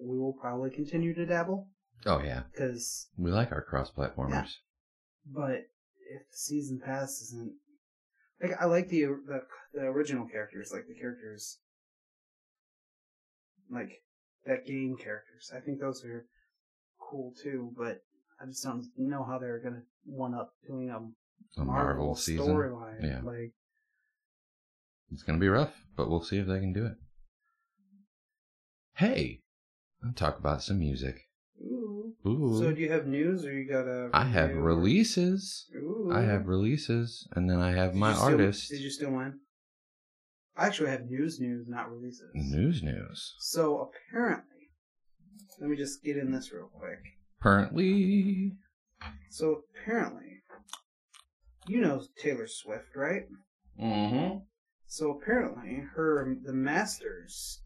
we will probably continue to dabble.
Oh yeah.
Because,
We like our cross-platformers.
Yeah. but if the season pass isn't. Like, I like the, the the original characters, like the characters like that game characters. I think those are cool too, but I just don't know how they're gonna one up doing a
A Marvel, season.
storyline.
Yeah.
Like
It's gonna be rough, but we'll see if they can do it. Hey, let's talk about some music.
ooh.
Ooh.
So do you have news or you got a
I have
review?
releases.
Ooh.
I have releases, and then I have
Did
my
you steal-
artists.
Did you steal mine? I actually have news news, not releases.
News, news.
So apparently let me just get in this real quick.
Apparently,
So apparently you know Taylor Swift, right?
mm-hmm.
So apparently, her the masters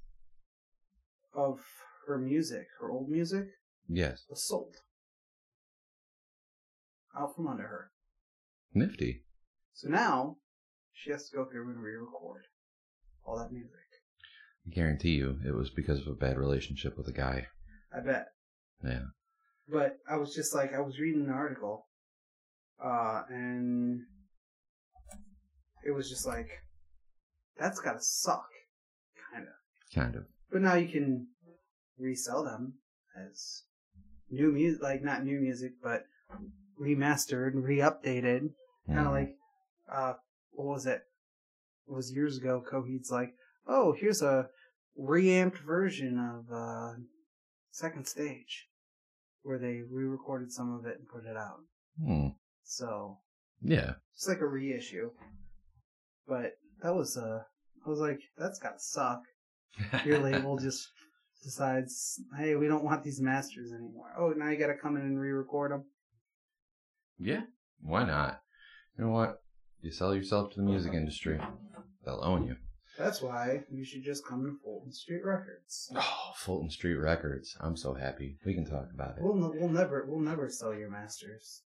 of her music, her old music,
yes,
was sold out from under her.
nifty.
So now she has to go through and re-record all that music.
I guarantee you, it was because of a bad relationship with a guy.
I bet.
Yeah.
But I was just like, I was reading an article, uh, and it was just like, that's gotta suck, kind of.
Kind of.
But now you can resell them as new music, like not new music, but remastered, re-updated, kind of
Mm.
like uh, what was it? It was years ago. Coheed's like, oh, here's a reamped version of uh, Second Stage, where they re-recorded some of it and put it out.
Hmm.
So
Yeah.
it's like a reissue. But that was uh, I was like, that's gotta suck your label just decides, hey, we don't want these masters anymore. Oh, now you got to come in and re-record them.
Yeah. Why not? You know what? You sell yourself to the music industry, they'll own you.
That's why you should just come to Fulton Street Records.
Oh, Fulton Street Records. I'm so happy. We can talk about it.
We'll ne- we'll never we'll never sell your masters.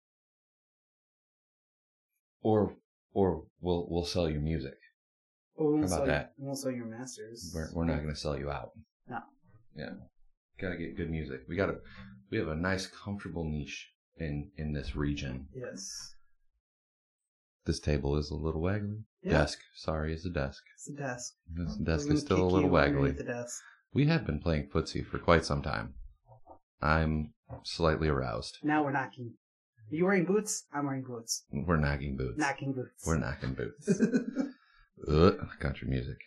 Or or we'll we'll sell you music.
Well, we won't
How about
sell
that?
You, we won't sell your masters.
We're we're not gonna sell you out.
No.
Yeah. Gotta get good music. We gotta we have a nice comfortable niche in in this region.
Yes,
This table is a little waggly.
Yeah.
Desk. Sorry, it's a desk.
it's a desk.
This
We're
desk
gonna
is still a
kick
little
you underneath
waggly.
The desk.
We have been playing footsie for quite some time. I'm slightly aroused.
Now we're knocking. Are you wearing boots? I'm wearing boots.
We're knocking boots.
Knocking boots.
We're knocking boots. Ugh, country music.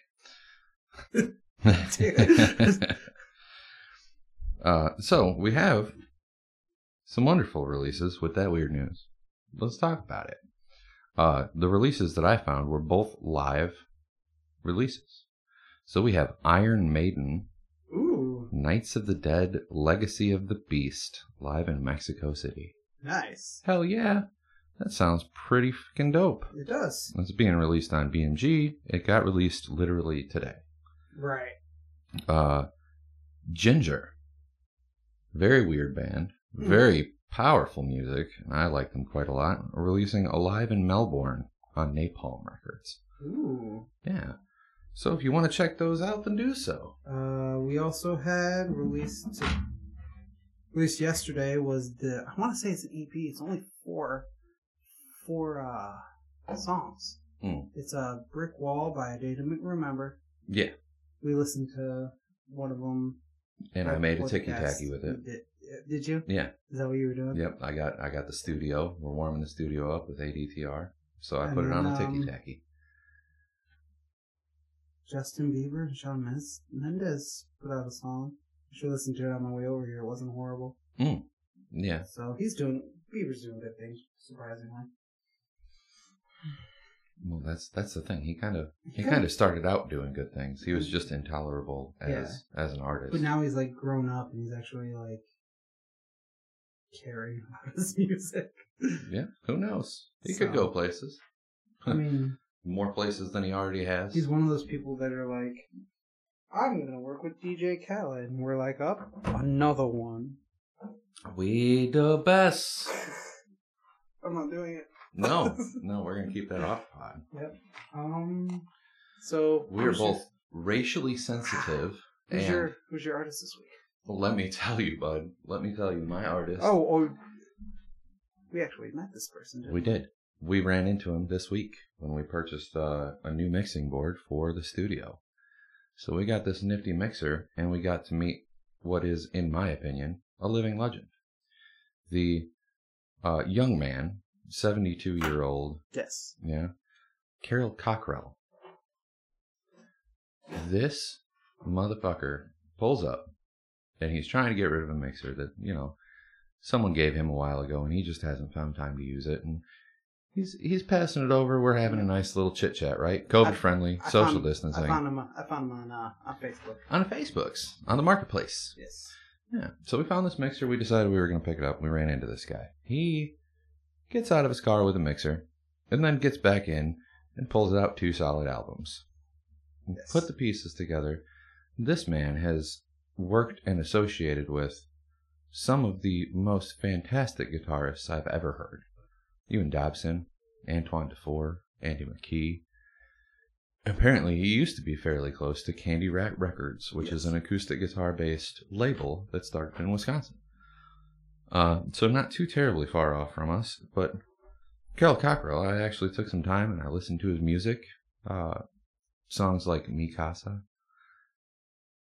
uh, so we have some wonderful releases with that weird news. Let's talk about it. Uh, the releases that I found were both live releases. So we have Iron Maiden,
Ooh,
Knights of the Dead, Legacy of the Beast, live in Mexico City.
nice.
Hell yeah, that sounds pretty freaking dope.
It does.
It's being released on BMG. It got released literally today.
Right.
Uh, Ginger, very weird band, very powerful music, and I like them quite a lot. are Releasing Alive in Melbourne on Napalm Records.
Ooh.
Yeah. So if you want to check those out, then do so.
Uh, we also had released to- released yesterday was the
I want to say it's an
E
EP. It's only four, four uh, songs.
Mm.
It's a brick wall by a day to remember.
Yeah.
We listened to one of them.
And I made a ticky tacky with it.
Did, did you?
Yeah.
Is that what you were doing?
Yep. I got I got the studio. We're warming the studio up with ADTR. So I
And
put it on
then,
a ticky
um,
tacky.
Justin Bieber and Shawn Mendes, Mendes put out a song. I should listen to it on my way over here. It wasn't horrible.
Yeah.
So he's doing Bieber's doing good things, surprisingly.
Well, that's that's the thing. He kind of he kind of started out doing good things. He was just intolerable as as an artist.
But now he's like grown up and he's actually like caring about his music.
Yeah, who knows? He could
So-
go places.
I mean,
More places than he already has.
he's one of those people that are like,
I'm gonna work with DJ Khaled, and we're like, up another one.
We the best.
I'm not doing it.
No, no, we're gonna keep that off pod.
um,
So
We are
who's your-
both racially sensitive,
Who's
and
your Who's your artist this week?
let me tell you, bud. Let me tell you, my artist.
Oh, oh, we actually met this person. Didn't
we did. We ran into him this week when we purchased uh, a new mixing board for the studio. So we got this nifty mixer, and we got to meet what is, in my opinion, a living legend. The uh, young man, 72 year old
Yes.
Yeah. Carol Cockrell. This motherfucker pulls up and he's trying to get rid of a mixer that, you know, someone gave him a while ago and he just hasn't found time to use it. And he's he's passing it over. We're having a nice little chit chat, right? COVID friendly,
I
social
found-
distancing.
I found him. I found him on uh, on Facebook.
on Facebook's, on the marketplace.
Yes.
Yeah. So we found this mixer. We decided we were going to pick it up. We ran into this guy. He gets out of his car with a mixer and then gets back in and pulls out two solid albums.
Yes.
Put the pieces together. This man has worked and associated with some of the most fantastic guitarists I've ever heard. Ewan Dobson, Antoine DeFore, Andy McKee. Apparently, he used to be fairly close to Candy Rat Records, which is an acoustic guitar based label that started in Wisconsin. Uh, so, not too terribly far off from us, but Carol Cockrell, I actually took some time and I listened to his music. Uh, songs like Mikasa.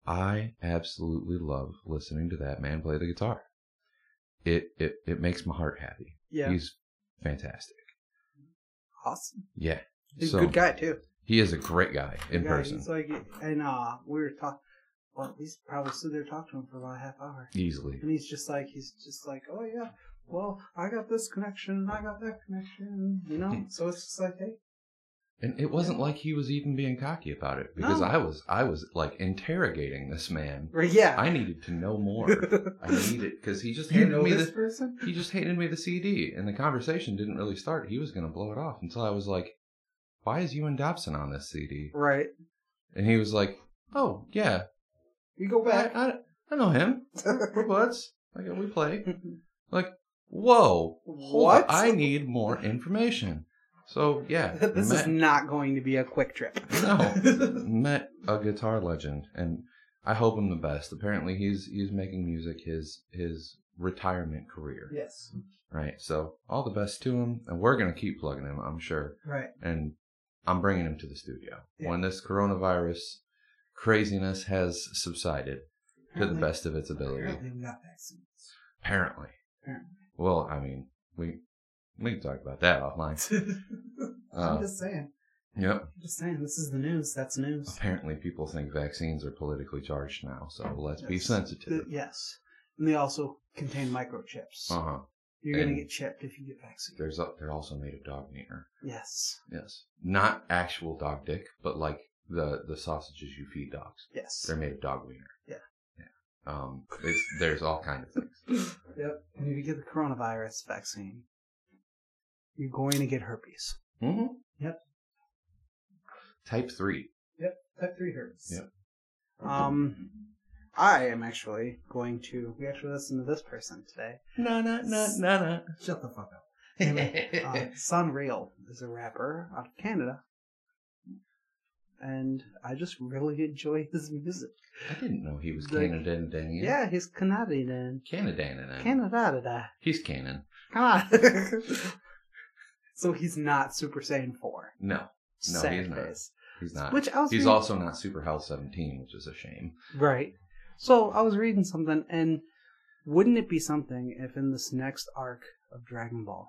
I absolutely love listening to that man play the guitar. It it, it makes my heart happy.
Yeah.
He's fantastic.
awesome.
Yeah.
He's
So-
a good guy too.
He is a great guy in
Yeah,
person.
He's like, and uh, we were talking. Well, he's probably stood there talking to him for about a half hour,
Easily.
and he's just like, he's just like, oh yeah. Well, I got this connection, and I got that connection, you
Hmm.
know. so it's just like, hey,
And it wasn't like he was even being cocky about it because
No.
I was I was like interrogating this man.
right, yeah.
I needed to know more. I needed because he just
you
handed
know
me
this
the
person?
he just handed me the CD, and the conversation didn't really start. He was going to blow it off until I was like, "Why is Ewan Dobson on this CD?"
right.
And he was like, "Oh yeah,
You go
I,
back.
I, I know him. We're buds. Like we play. Like whoa, hold on,
What?
I need more information. So yeah,
this is
met,
not going to be a quick trip.
no, met a guitar legend, and I hope him the best. Apparently, he's he's making music his his retirement career.
Yes.
Right. So all the best to him, and we're gonna keep plugging him, I'm sure.
Right.
And I'm bringing him to the studio
Yeah.
when this coronavirus craziness has subsided to the
Apparently-
best of its ability.
Apparently we got vaccines.
Apparently.
Apparently.
Well, I mean, we we can talk about that offline.
I'm
Uh,
just saying.
Yep.
just saying, this is the news. That's news.
Apparently, people think vaccines are politically charged now, so let's be
Yes.
sensitive.
The- yes, and they also contain microchips.
Uh huh.
You're gonna
and-
get chipped if you get vaccinated.
There's a, they're also made of dog meat.
Yes,
Yes. Not actual dog dick, but like the the sausages you feed dogs.
yes.
They're made of dog wiener.
Yeah.
Yeah. Um, it's, there's all kinds of things.
Yep. And if you get the coronavirus vaccine, you're going to get herpes.
hmm
Yep.
Type three.
Type three hertz.
Yep.
Um, I am actually going to. We actually listened to this person today.
Na na na na na.
Shut the fuck up.
Uh, Sunreal is a rapper out of Canada, and I just really enjoy his music.
I didn't know he was
The-
Canadian. Daniel.
Yeah, he's Canadian.
Canadian.
Canada, da.
He's canon.
Come on. Ah. so he's not Super Saiyan four.
No, No,
Sad
he's not.
face.
he's not.
Which I was
He's
reading-
also not Super Hell 17, which is a shame.
Right. So I was reading something, and wouldn't it be something if in this next arc of Dragon Ball,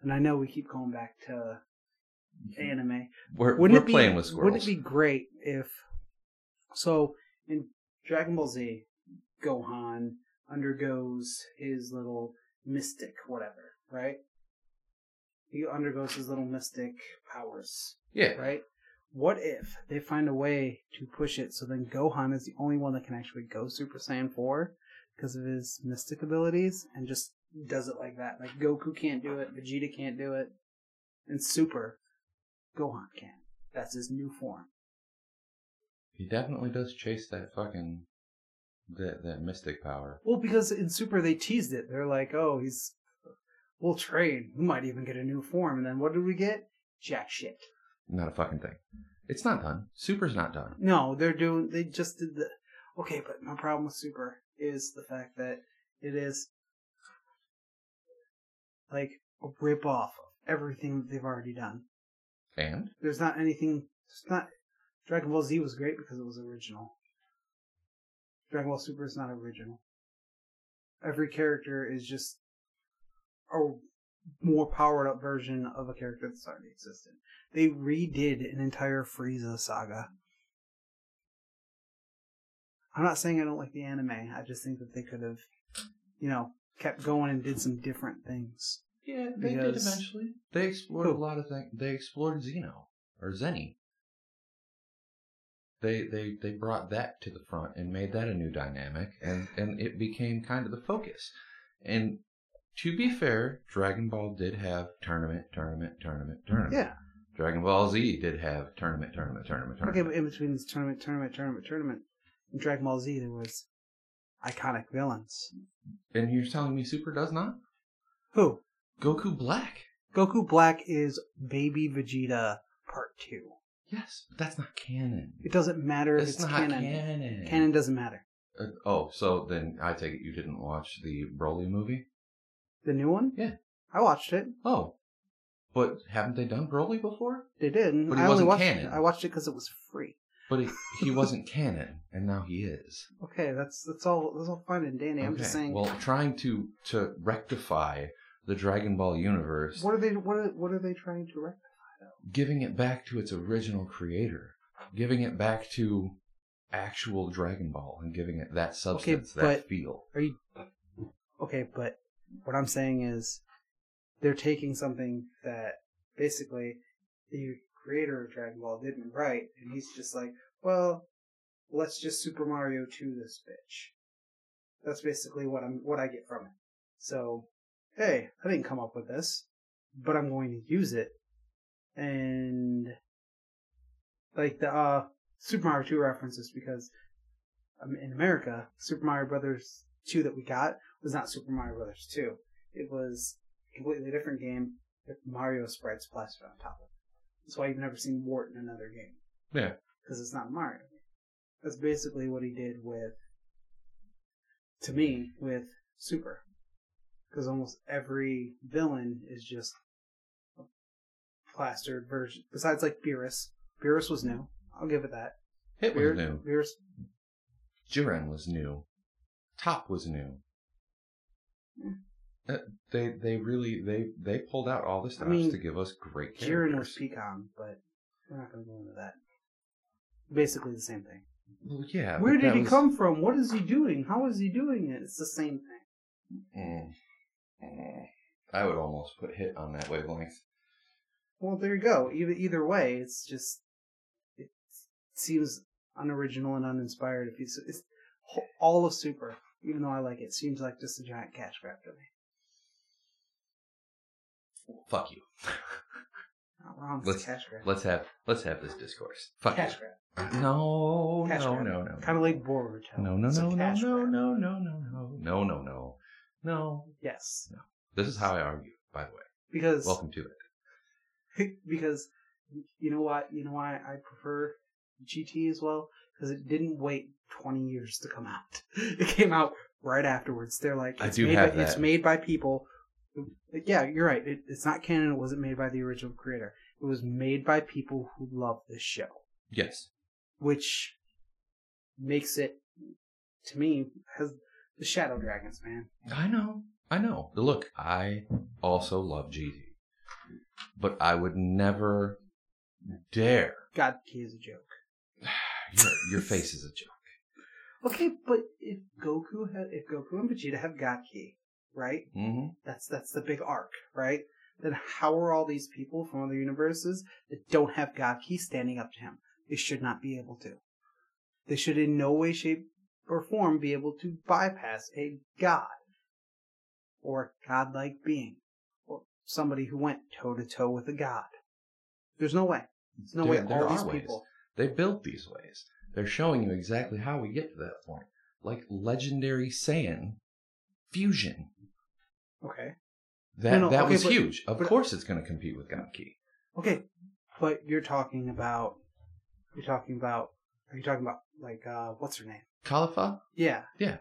and I know we keep going back to
Mm-hmm.
anime,
We're,
wouldn't
we're
it be,
playing with squirrels.
Wouldn't it be great if so in Dragon Ball Z, Gohan undergoes his little mystic whatever, right? He undergoes his little mystic powers
Yeah.
right? What if they find a way to push it so then Gohan is the only one that can actually go Super Saiyan 4 because of his mystic abilities and just does it like that? Like Goku can't do it, Vegeta can't do it, and Super, Gohan can. That's his new form.
He definitely does chase that fucking that that mystic power.
Well, because in Super they teased it. They're like, oh, he's. We'll train. We might even get a new form. And then what did we get? Jack shit.
Not a fucking thing. It's not done. Super's not done.
No, they're doing. They just did the. Okay, but my problem with Super is the fact that it is like a rip off of everything that they've already done.
And
There's not anything. It's not. Dragon Ball Z was great because it was original. Dragon Ball Super is not original. Every character is just a more powered up version of a character that's already existed. They redid an entire Frieza saga. I'm not saying I don't like the anime. I just think that they could have, you know, kept going and did some different things.
yeah,
they did Because-
eventually. They explored
Who?
a lot of things. They explored Xeno or Zenny. They they they brought that to the front and made that a new dynamic, and and it became kind of the focus. And to be fair, Dragon Ball did have tournament, tournament, tournament, tournament.
Yeah.
Dragon Ball Z did have tournament, tournament, tournament,
Okay,
tournament.
but in between this tournament, tournament, tournament, tournament, in Dragon Ball Z, there was iconic villains.
And you're telling me Super does not?
Who?
Goku Black.
Goku Black is Baby Vegeta Part 2.
Yes, but that's not canon.
It doesn't matter if
That's
it's
not
canon.
canon.
canon.
Canon.
doesn't matter.
Uh, oh, so then I take it you didn't watch the Broly movie?
The new one?
Yeah.
I watched it.
Oh, but haven't they done Broly before?
They did.
But he
I only
wasn't
watched
canon.
It. I watched it because it was free.
But he, he wasn't canon, and now he is.
Okay, that's that's all that's all fine and dandy. I'm just
Okay,
saying
Well, trying to to rectify the Dragon Ball universe,
what are they what are, what are they trying to rec-
giving it back to its original creator, giving it back to actual Dragon Ball, and giving it that substance, that
but-
feel.
Okay, but what I'm saying is they're taking something that basically the creator of Dragon Ball didn't write, and he's just like, well, let's just Super Mario 2 this bitch. That's basically what I'm what I get from it. So, hey, I didn't come up with this, but I'm going to use it. And like the uh Super Mario 2 references because um, in America, Super Mario Brothers 2 that we got was not Super Mario Brothers 2. It was a completely different game with Mario sprites plastered on top of it. That's why you've never seen Wart in another game.
Yeah.
Because it's not Mario. That's basically what he did with, to me, with Super. Because almost every villain is just a plastered version. Besides, like, Beerus. Beerus was new. I'll give it that.
It was
Beer-
new.
Beerus
Jiren was new. Top was new.
Hmm.
Uh, They they really they they pulled out all the stops
mean,
to give us great
Jiren
characters.
was Pecan, but We're not going to go into that. Basically the same thing.
Well, yeah.
Where
but
did
that
he
was-
come from? What is he doing? How is he doing it? It's the same thing.
Mm. Mm. I would almost put hit on that wavelength.
Well, there you go. Either either way, it's just it seems unoriginal and uninspired. If you, s- it's ho- all of Super, even though I like it, seems like just a giant cash grab to me.
Fuck you.
Not wrong. It's a
Let's-
cash grab.
Let's have let's have this discourse. Fuck
cash
you.
grab.
No,
Cash
no,
grab.
no, no.
Kind of like Boruto.
No, no,
It's a
no, no,
cash
no,
grab.
no, no, no, no, no, no, no, no.
Yes,
This is how I argue, by the way.
because
Welcome to it.
because you know what? You know why I prefer GT as well because it didn't wait twenty years to come out. It came out right afterwards. They're like,
I
it's
do
made
have
by, It's
that.
made by people. Yeah, you're right. It, it's not canon. It wasn't made by the original creator. It was made by people who love this show,
Yes.
which makes it to me has the Shadow Dragons, man.
I know. I know. Look, I also love GT. But I would never dare.
God, he's a joke.
Your, your face is a joke.
Okay, but if Goku had, if Goku and Vegeta have Gatki, right?
Mm-hmm.
That's that's the big arc, right? Then how are all these people from other universes that don't have Gaki standing up to him? They should not be able to. They should in no way, shape, or form be able to bypass a god or a godlike being or somebody who went toe to toe with a god. There's no way. There's no way
There- there
all these
are ways.
people.
They built these ways. They're showing you exactly how we get to that point. Like legendary Saiyan fusion.
Okay.
That
No, no,
that
okay,
was
but-
huge. Of
but-
course it's gonna compete with Gonki.
Okay, but you're talking about you're talking about are you talking about like uh what's her name?
Khalifa?
Yeah.
Yeah.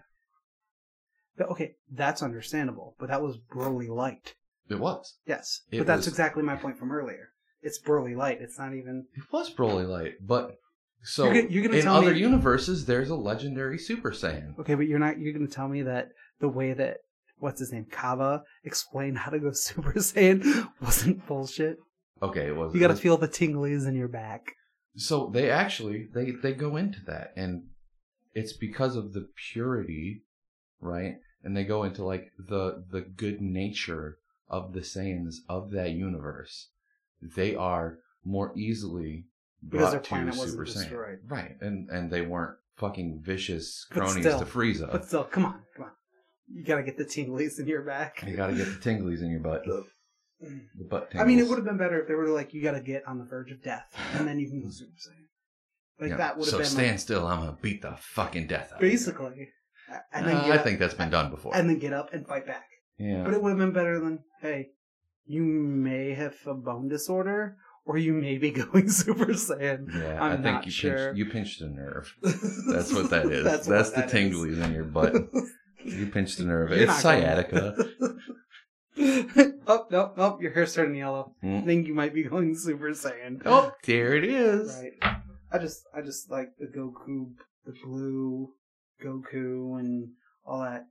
Th- Okay, that's understandable, but that was Broly Light.
It was.
Yes,
It
but that's
was-
exactly my point from earlier. It's Broly Light. It's not even.
It was Broly Light, but so
You're gonna- you're gonna
in
tell
other
me-
universes there's a legendary Super Saiyan.
Okay, but you're not. You're going to tell me that the way that what's his name Kaba explained how to go Super Saiyan wasn't bullshit.
Okay, it was
You got to
it was-
feel the tinglies in your back.
so they actually they they go into that and it's because of the purity right and they go into like the the good nature of the saiyans of that universe they are more easily
Because
brought
their
to
planet wasn't
super saiyan
destroyed.
right and and they weren't fucking vicious
But
cronies
still-
to frieza
But still, come on, come on. You got to get the tinglies in your back. Mm.
you gotta get the tinglies in your butt the butt
I mean, it
tingles.
would have been better if they were like, you got to get on the verge of death, and then you can go Super Saiyan. Like
Mm. Yeah.
that would have
so
been like,
stand still i'm gonna beat the fucking death out of you.
basically, and then
Uh,
get
i
up,
think that's been done before
and then get up and fight back.
yeah
But it would have been better than hey, you may have a bone disorder, or you may be going Super Saiyan.
Yeah, i
I'm
think
not
you
sure.
pinched you pinched a nerve. That's what that is. That's,
what
the
that is.
tinglies in your butt. You pinched a nerve.
You're
it's
not gonna-
sciatica.
oh no, no, your hair's turning yellow. I
Mm.
think you might be going Super Saiyan.
oh, there it is.
Right. I just I just like the Goku, the blue Goku, and all that.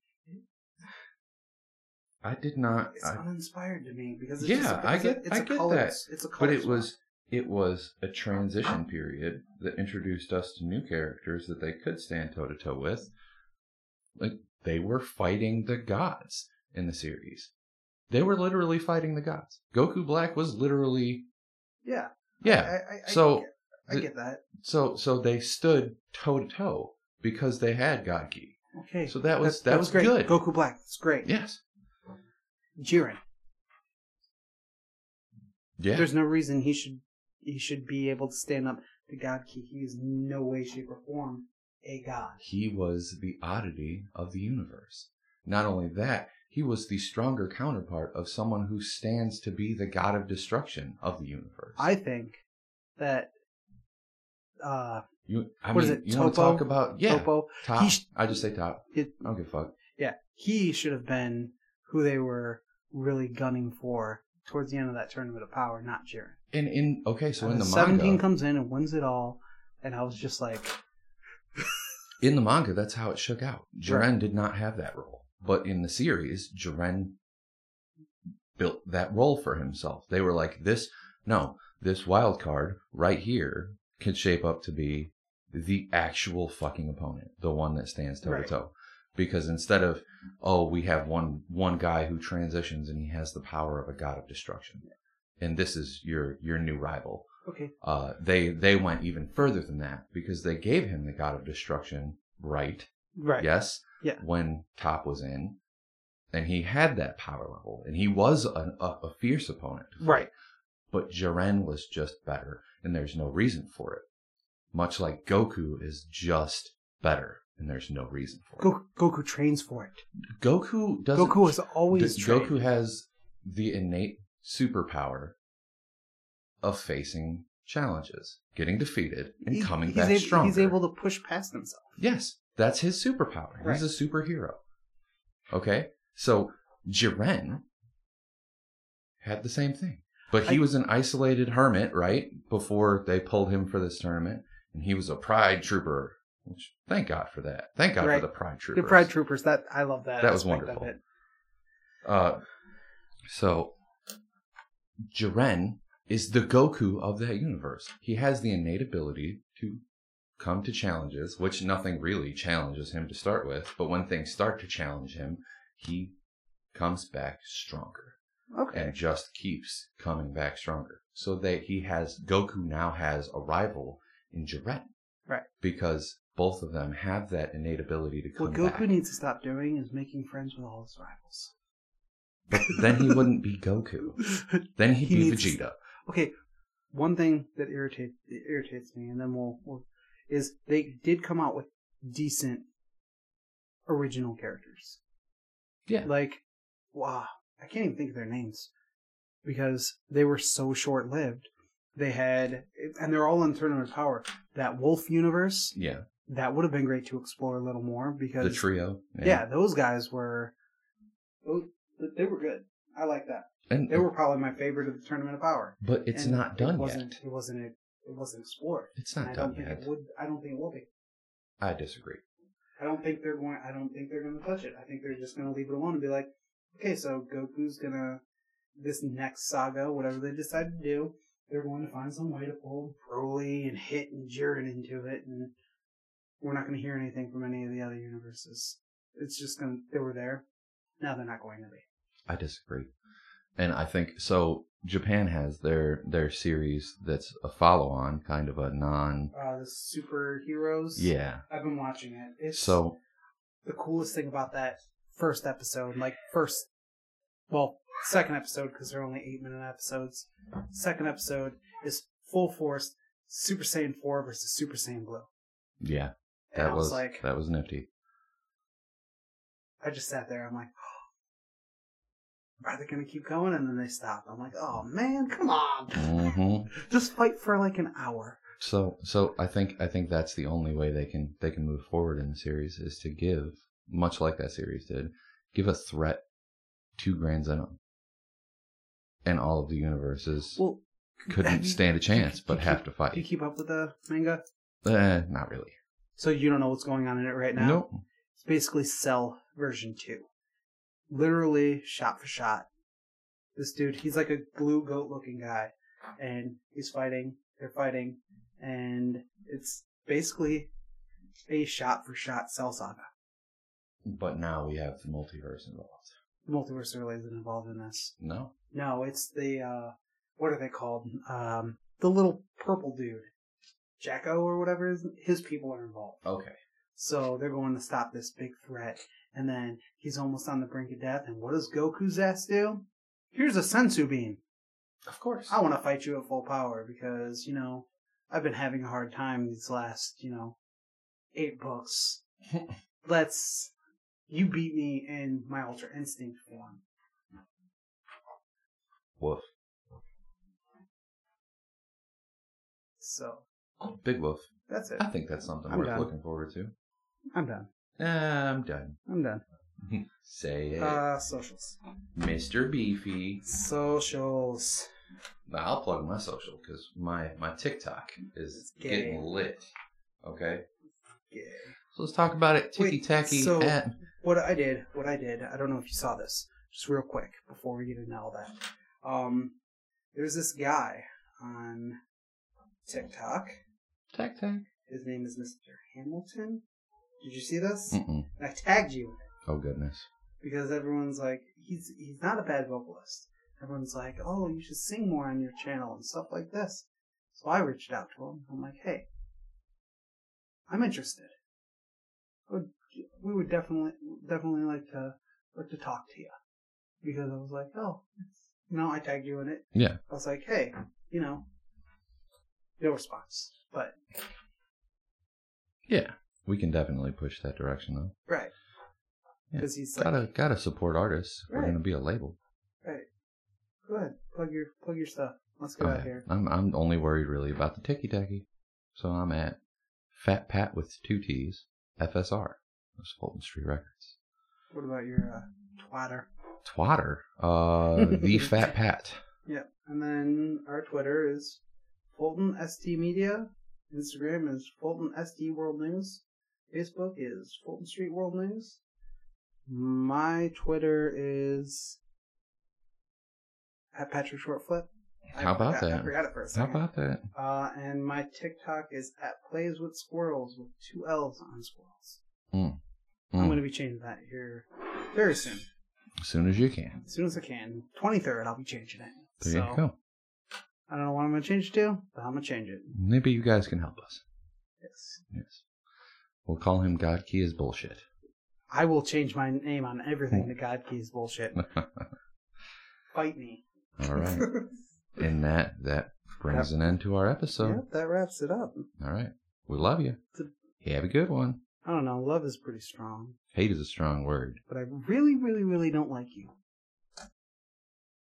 I did not.
It's
I,
uninspired to me because it's
Yeah,
just a,
I
it's a-
get-
it's
I
a
get
color,
that.
It's a color
but it
swap.
was it was a transition period that introduced us to new characters that they could stand toe to toe with. Like they were fighting the gods in the series. They were literally fighting the gods. Goku Black was literally
yeah
yeah.
I, I, I
so
get, I
the-
get that.
So so they stood toe to toe because they had Godki.
Okay,
So that was
that's-
that,
that's
was
great.
good.
Goku Black, it's great.
Yes.
Jiren,
Yeah.
there's no reason he should he should be able to stand up to God Key. He is in no way, shape, or form a god.
he was the oddity of the universe. Not only that, he was the stronger counterpart of someone who stands to be the god of destruction of the universe.
I think that uh
you I
what
mean
is it,
you want to
Topo?
talk about yeah
Topo,
top.
sh-
I just say top.
it,
I don't give a fuck.
yeah, he should have been who they were really gunning for towards the end of that tournament of power, not Jiren.
And in okay, so
And
in the
the 17
manga,
comes in and wins it all, and I was just like,
in the manga, that's how it shook out. Jiren
Right.
did not have that role, but in the series, Jiren built that role for himself. They were like, "This, no, this wild card right here can shape up to be the actual fucking opponent, the one that stands toe to
Right.
toe. Because instead of oh, we have one one guy who transitions and he has the power of a god of destruction, and this is your your new rival.
Okay.
Uh, they they went even further than that because they gave him the god of destruction right
Right.
yes
Yeah.
when top was in and he had that power level and he was an, a, a fierce opponent to fight.
Right.
but jiren was just better and there's no reason for it much like goku is just better and there's no reason for
Goku, Goku trains for it.
it goku doesn't
Goku is always
D-
trained.
goku has the innate superpower of facing challenges getting defeated and
He-
coming
he's
back
ab-
stronger
He's able to push past himself.
Yes, that's his superpower.
Right.
He's a superhero. Okay, so Jiren had the same thing, but he
I-
was an isolated hermit, right? Before they pulled him for this tournament, and he was a pride trooper. Which thank God for that. Thank God
Right.
for the pride
The
troopers.
Pride Troopers. That I love that.
That was
aspect of
wonderful.
it.
Uh, so Jiren is the Goku of that universe. He has the innate ability to come to challenges, which nothing really challenges him to start with, but when things start to challenge him, he comes back stronger
Okay.
and just keeps coming back stronger. So that he has Goku now has a rival in Jiren.
Right.
Because both of them have that innate ability to come
What Goku
back.
needs to stop doing is making friends with all his rivals.
but then he wouldn't be Goku. Then he'd
He
be
needs-
Vegeta.
okay, one thing that irritates irritates me, and then we'll, we'll is they did come out with decent original characters.
Yeah.
Like, wow, I can't even think of their names because they were so short lived. They had, and they're all in Tournament of Power. That Wolf universe
Yeah.
that would have been great to explore a little more because
the trio.
yeah. those guys were, those- they were good. I like that.
and
They were probably my favorite of the Tournament of Power
but it's
and
not done
it wasn't,
yet.
It wasn't. It wasn't explored.
It's
And
not
I
done
don't think
yet.
it would. I don't think it will be.
I disagree.
I don't think they're going. I don't think they're going to touch it. I think they're just going to leave it alone and be like, okay, so Goku's gonna this next saga, whatever they decide to do, they're going to find some way to pull Broly and Hit and Jiren into it, and we're not going to hear anything from any of the other universes. It's just going. to They were there. Now they're not going to be.
I disagree. And I think so. Japan has their their series that's a follow on, kind of a non.
Uh, the superheroes.
Yeah.
I've been watching it. It's
So
the coolest thing about that first episode, like first, well, second episode because they're only eight minute episodes. Second episode is full force Super Saiyan four versus Super Saiyan Blue.
yeah,
And
that
I
was,
was like,
that was nifty.
I just sat there. I'm like, "Oh, are they gonna keep going? And then they stopped. I'm like, oh man, come on,
hmm
just fight for like an hour.
So so I think I think that's the only way they can they can move forward in the series is to give much like that series did, give a threat to Grand Zenon. And all of the universes
Well,
couldn't stand a chance, but
you
have to
do you
fight.
keep up with the manga?
Eh, not really.
So you don't know what's going on in it right now.
Nope.
It's basically Cell version 2. Literally shot for shot. This dude, he's like a blue goat looking guy. And he's fighting, they're fighting, and it's basically a shot for shot Cell Saga.
But now we have the multiverse involved.
The multiverse really isn't involved in this.
No.
No, it's the, uh, what are they called? Um, the little purple dude. Jacko or whatever, his, his people are involved.
Okay.
So they're going to stop this big threat. And then he's almost on the brink of death. And what does Goku's ass do? Here's a Sensu beam.
Of course.
I want to fight you at full power because, you know, I've been having a hard time these last, you know, eight books. Let's. You beat me in my Ultra Instinct form.
Woof.
So
Big woof.
that's it.
I think that's something
I'm
worth
done.
looking forward to.
I'm done.
Uh, I'm done.
I'm done.
Say it.
Uh, socials.
Mr. Beefy.
Socials.
Now, I'll plug my social because my, my TikTok is
It's gay.
getting lit. Okay.
Yeah.
So let's talk about it.
Wait,
Ticky tacky.
so-
at-
what I did, what I did, I don't know if you saw this, just real quick before we get into all that. Um, there's this guy on TikTok.
Tack tack.
His name is Mr. Hamilton. Did you see this?
Mm-mm.
I tagged you in it
Oh goodness.
because everyone's like, he's he's not a bad vocalist. Everyone's like, oh, you should sing more on your channel and stuff like this. So I reached out to him. I'm like, hey, I'm interested. Would- We would definitely definitely like to like to talk to you because I was like, oh, it's- you know, I tagged you in it.
Yeah.
I was like, hey, you know, no response, but
Yeah. We can definitely push that direction though.
right
Yeah.
because he's like,
Gotta gotta support artists. if We're
Right.
gonna be a label.
go ahead, plug your plug your stuff. Let's
Go
go out
ahead.
here.
I'm I'm only worried really about the ticky tacky. So I'm at Fat Pat with two T's FSR. That's Fulton Street Records.
What about your uh, twatter?
Twatter. Uh the Fat Pat.
And then our Twitter is Fulton ST Media. Instagram is Fulton ST World News. Facebook is Fulton Street World News. My Twitter is at Patrick Shortflip. I
How about
forgot- I
that?
forgot it for a
How
second.
about that?
Uh, and my TikTok is at Plays with Squirrels with two L's on squirrels.
Mm.
I'm
Mm.
going to be changing that here very soon,
As soon as you can.
as soon as I can. 23rd, I'll be changing it.
There
so
you go.
I don't know what I'm going to change it to, but I'm going to change it.
Maybe you guys can help us.
Yes.
Yes. We'll call him God Key is bullshit.
I will change my name on
Hmm.
everything to God Keys bullshit. Fight me.
All right. And that that brings an end to our episode.
yep, that wraps it up.
All right. We love you. Have a good one.
I don't know. Love is pretty strong,
Hate is a strong word.
but I really, really, really don't like you.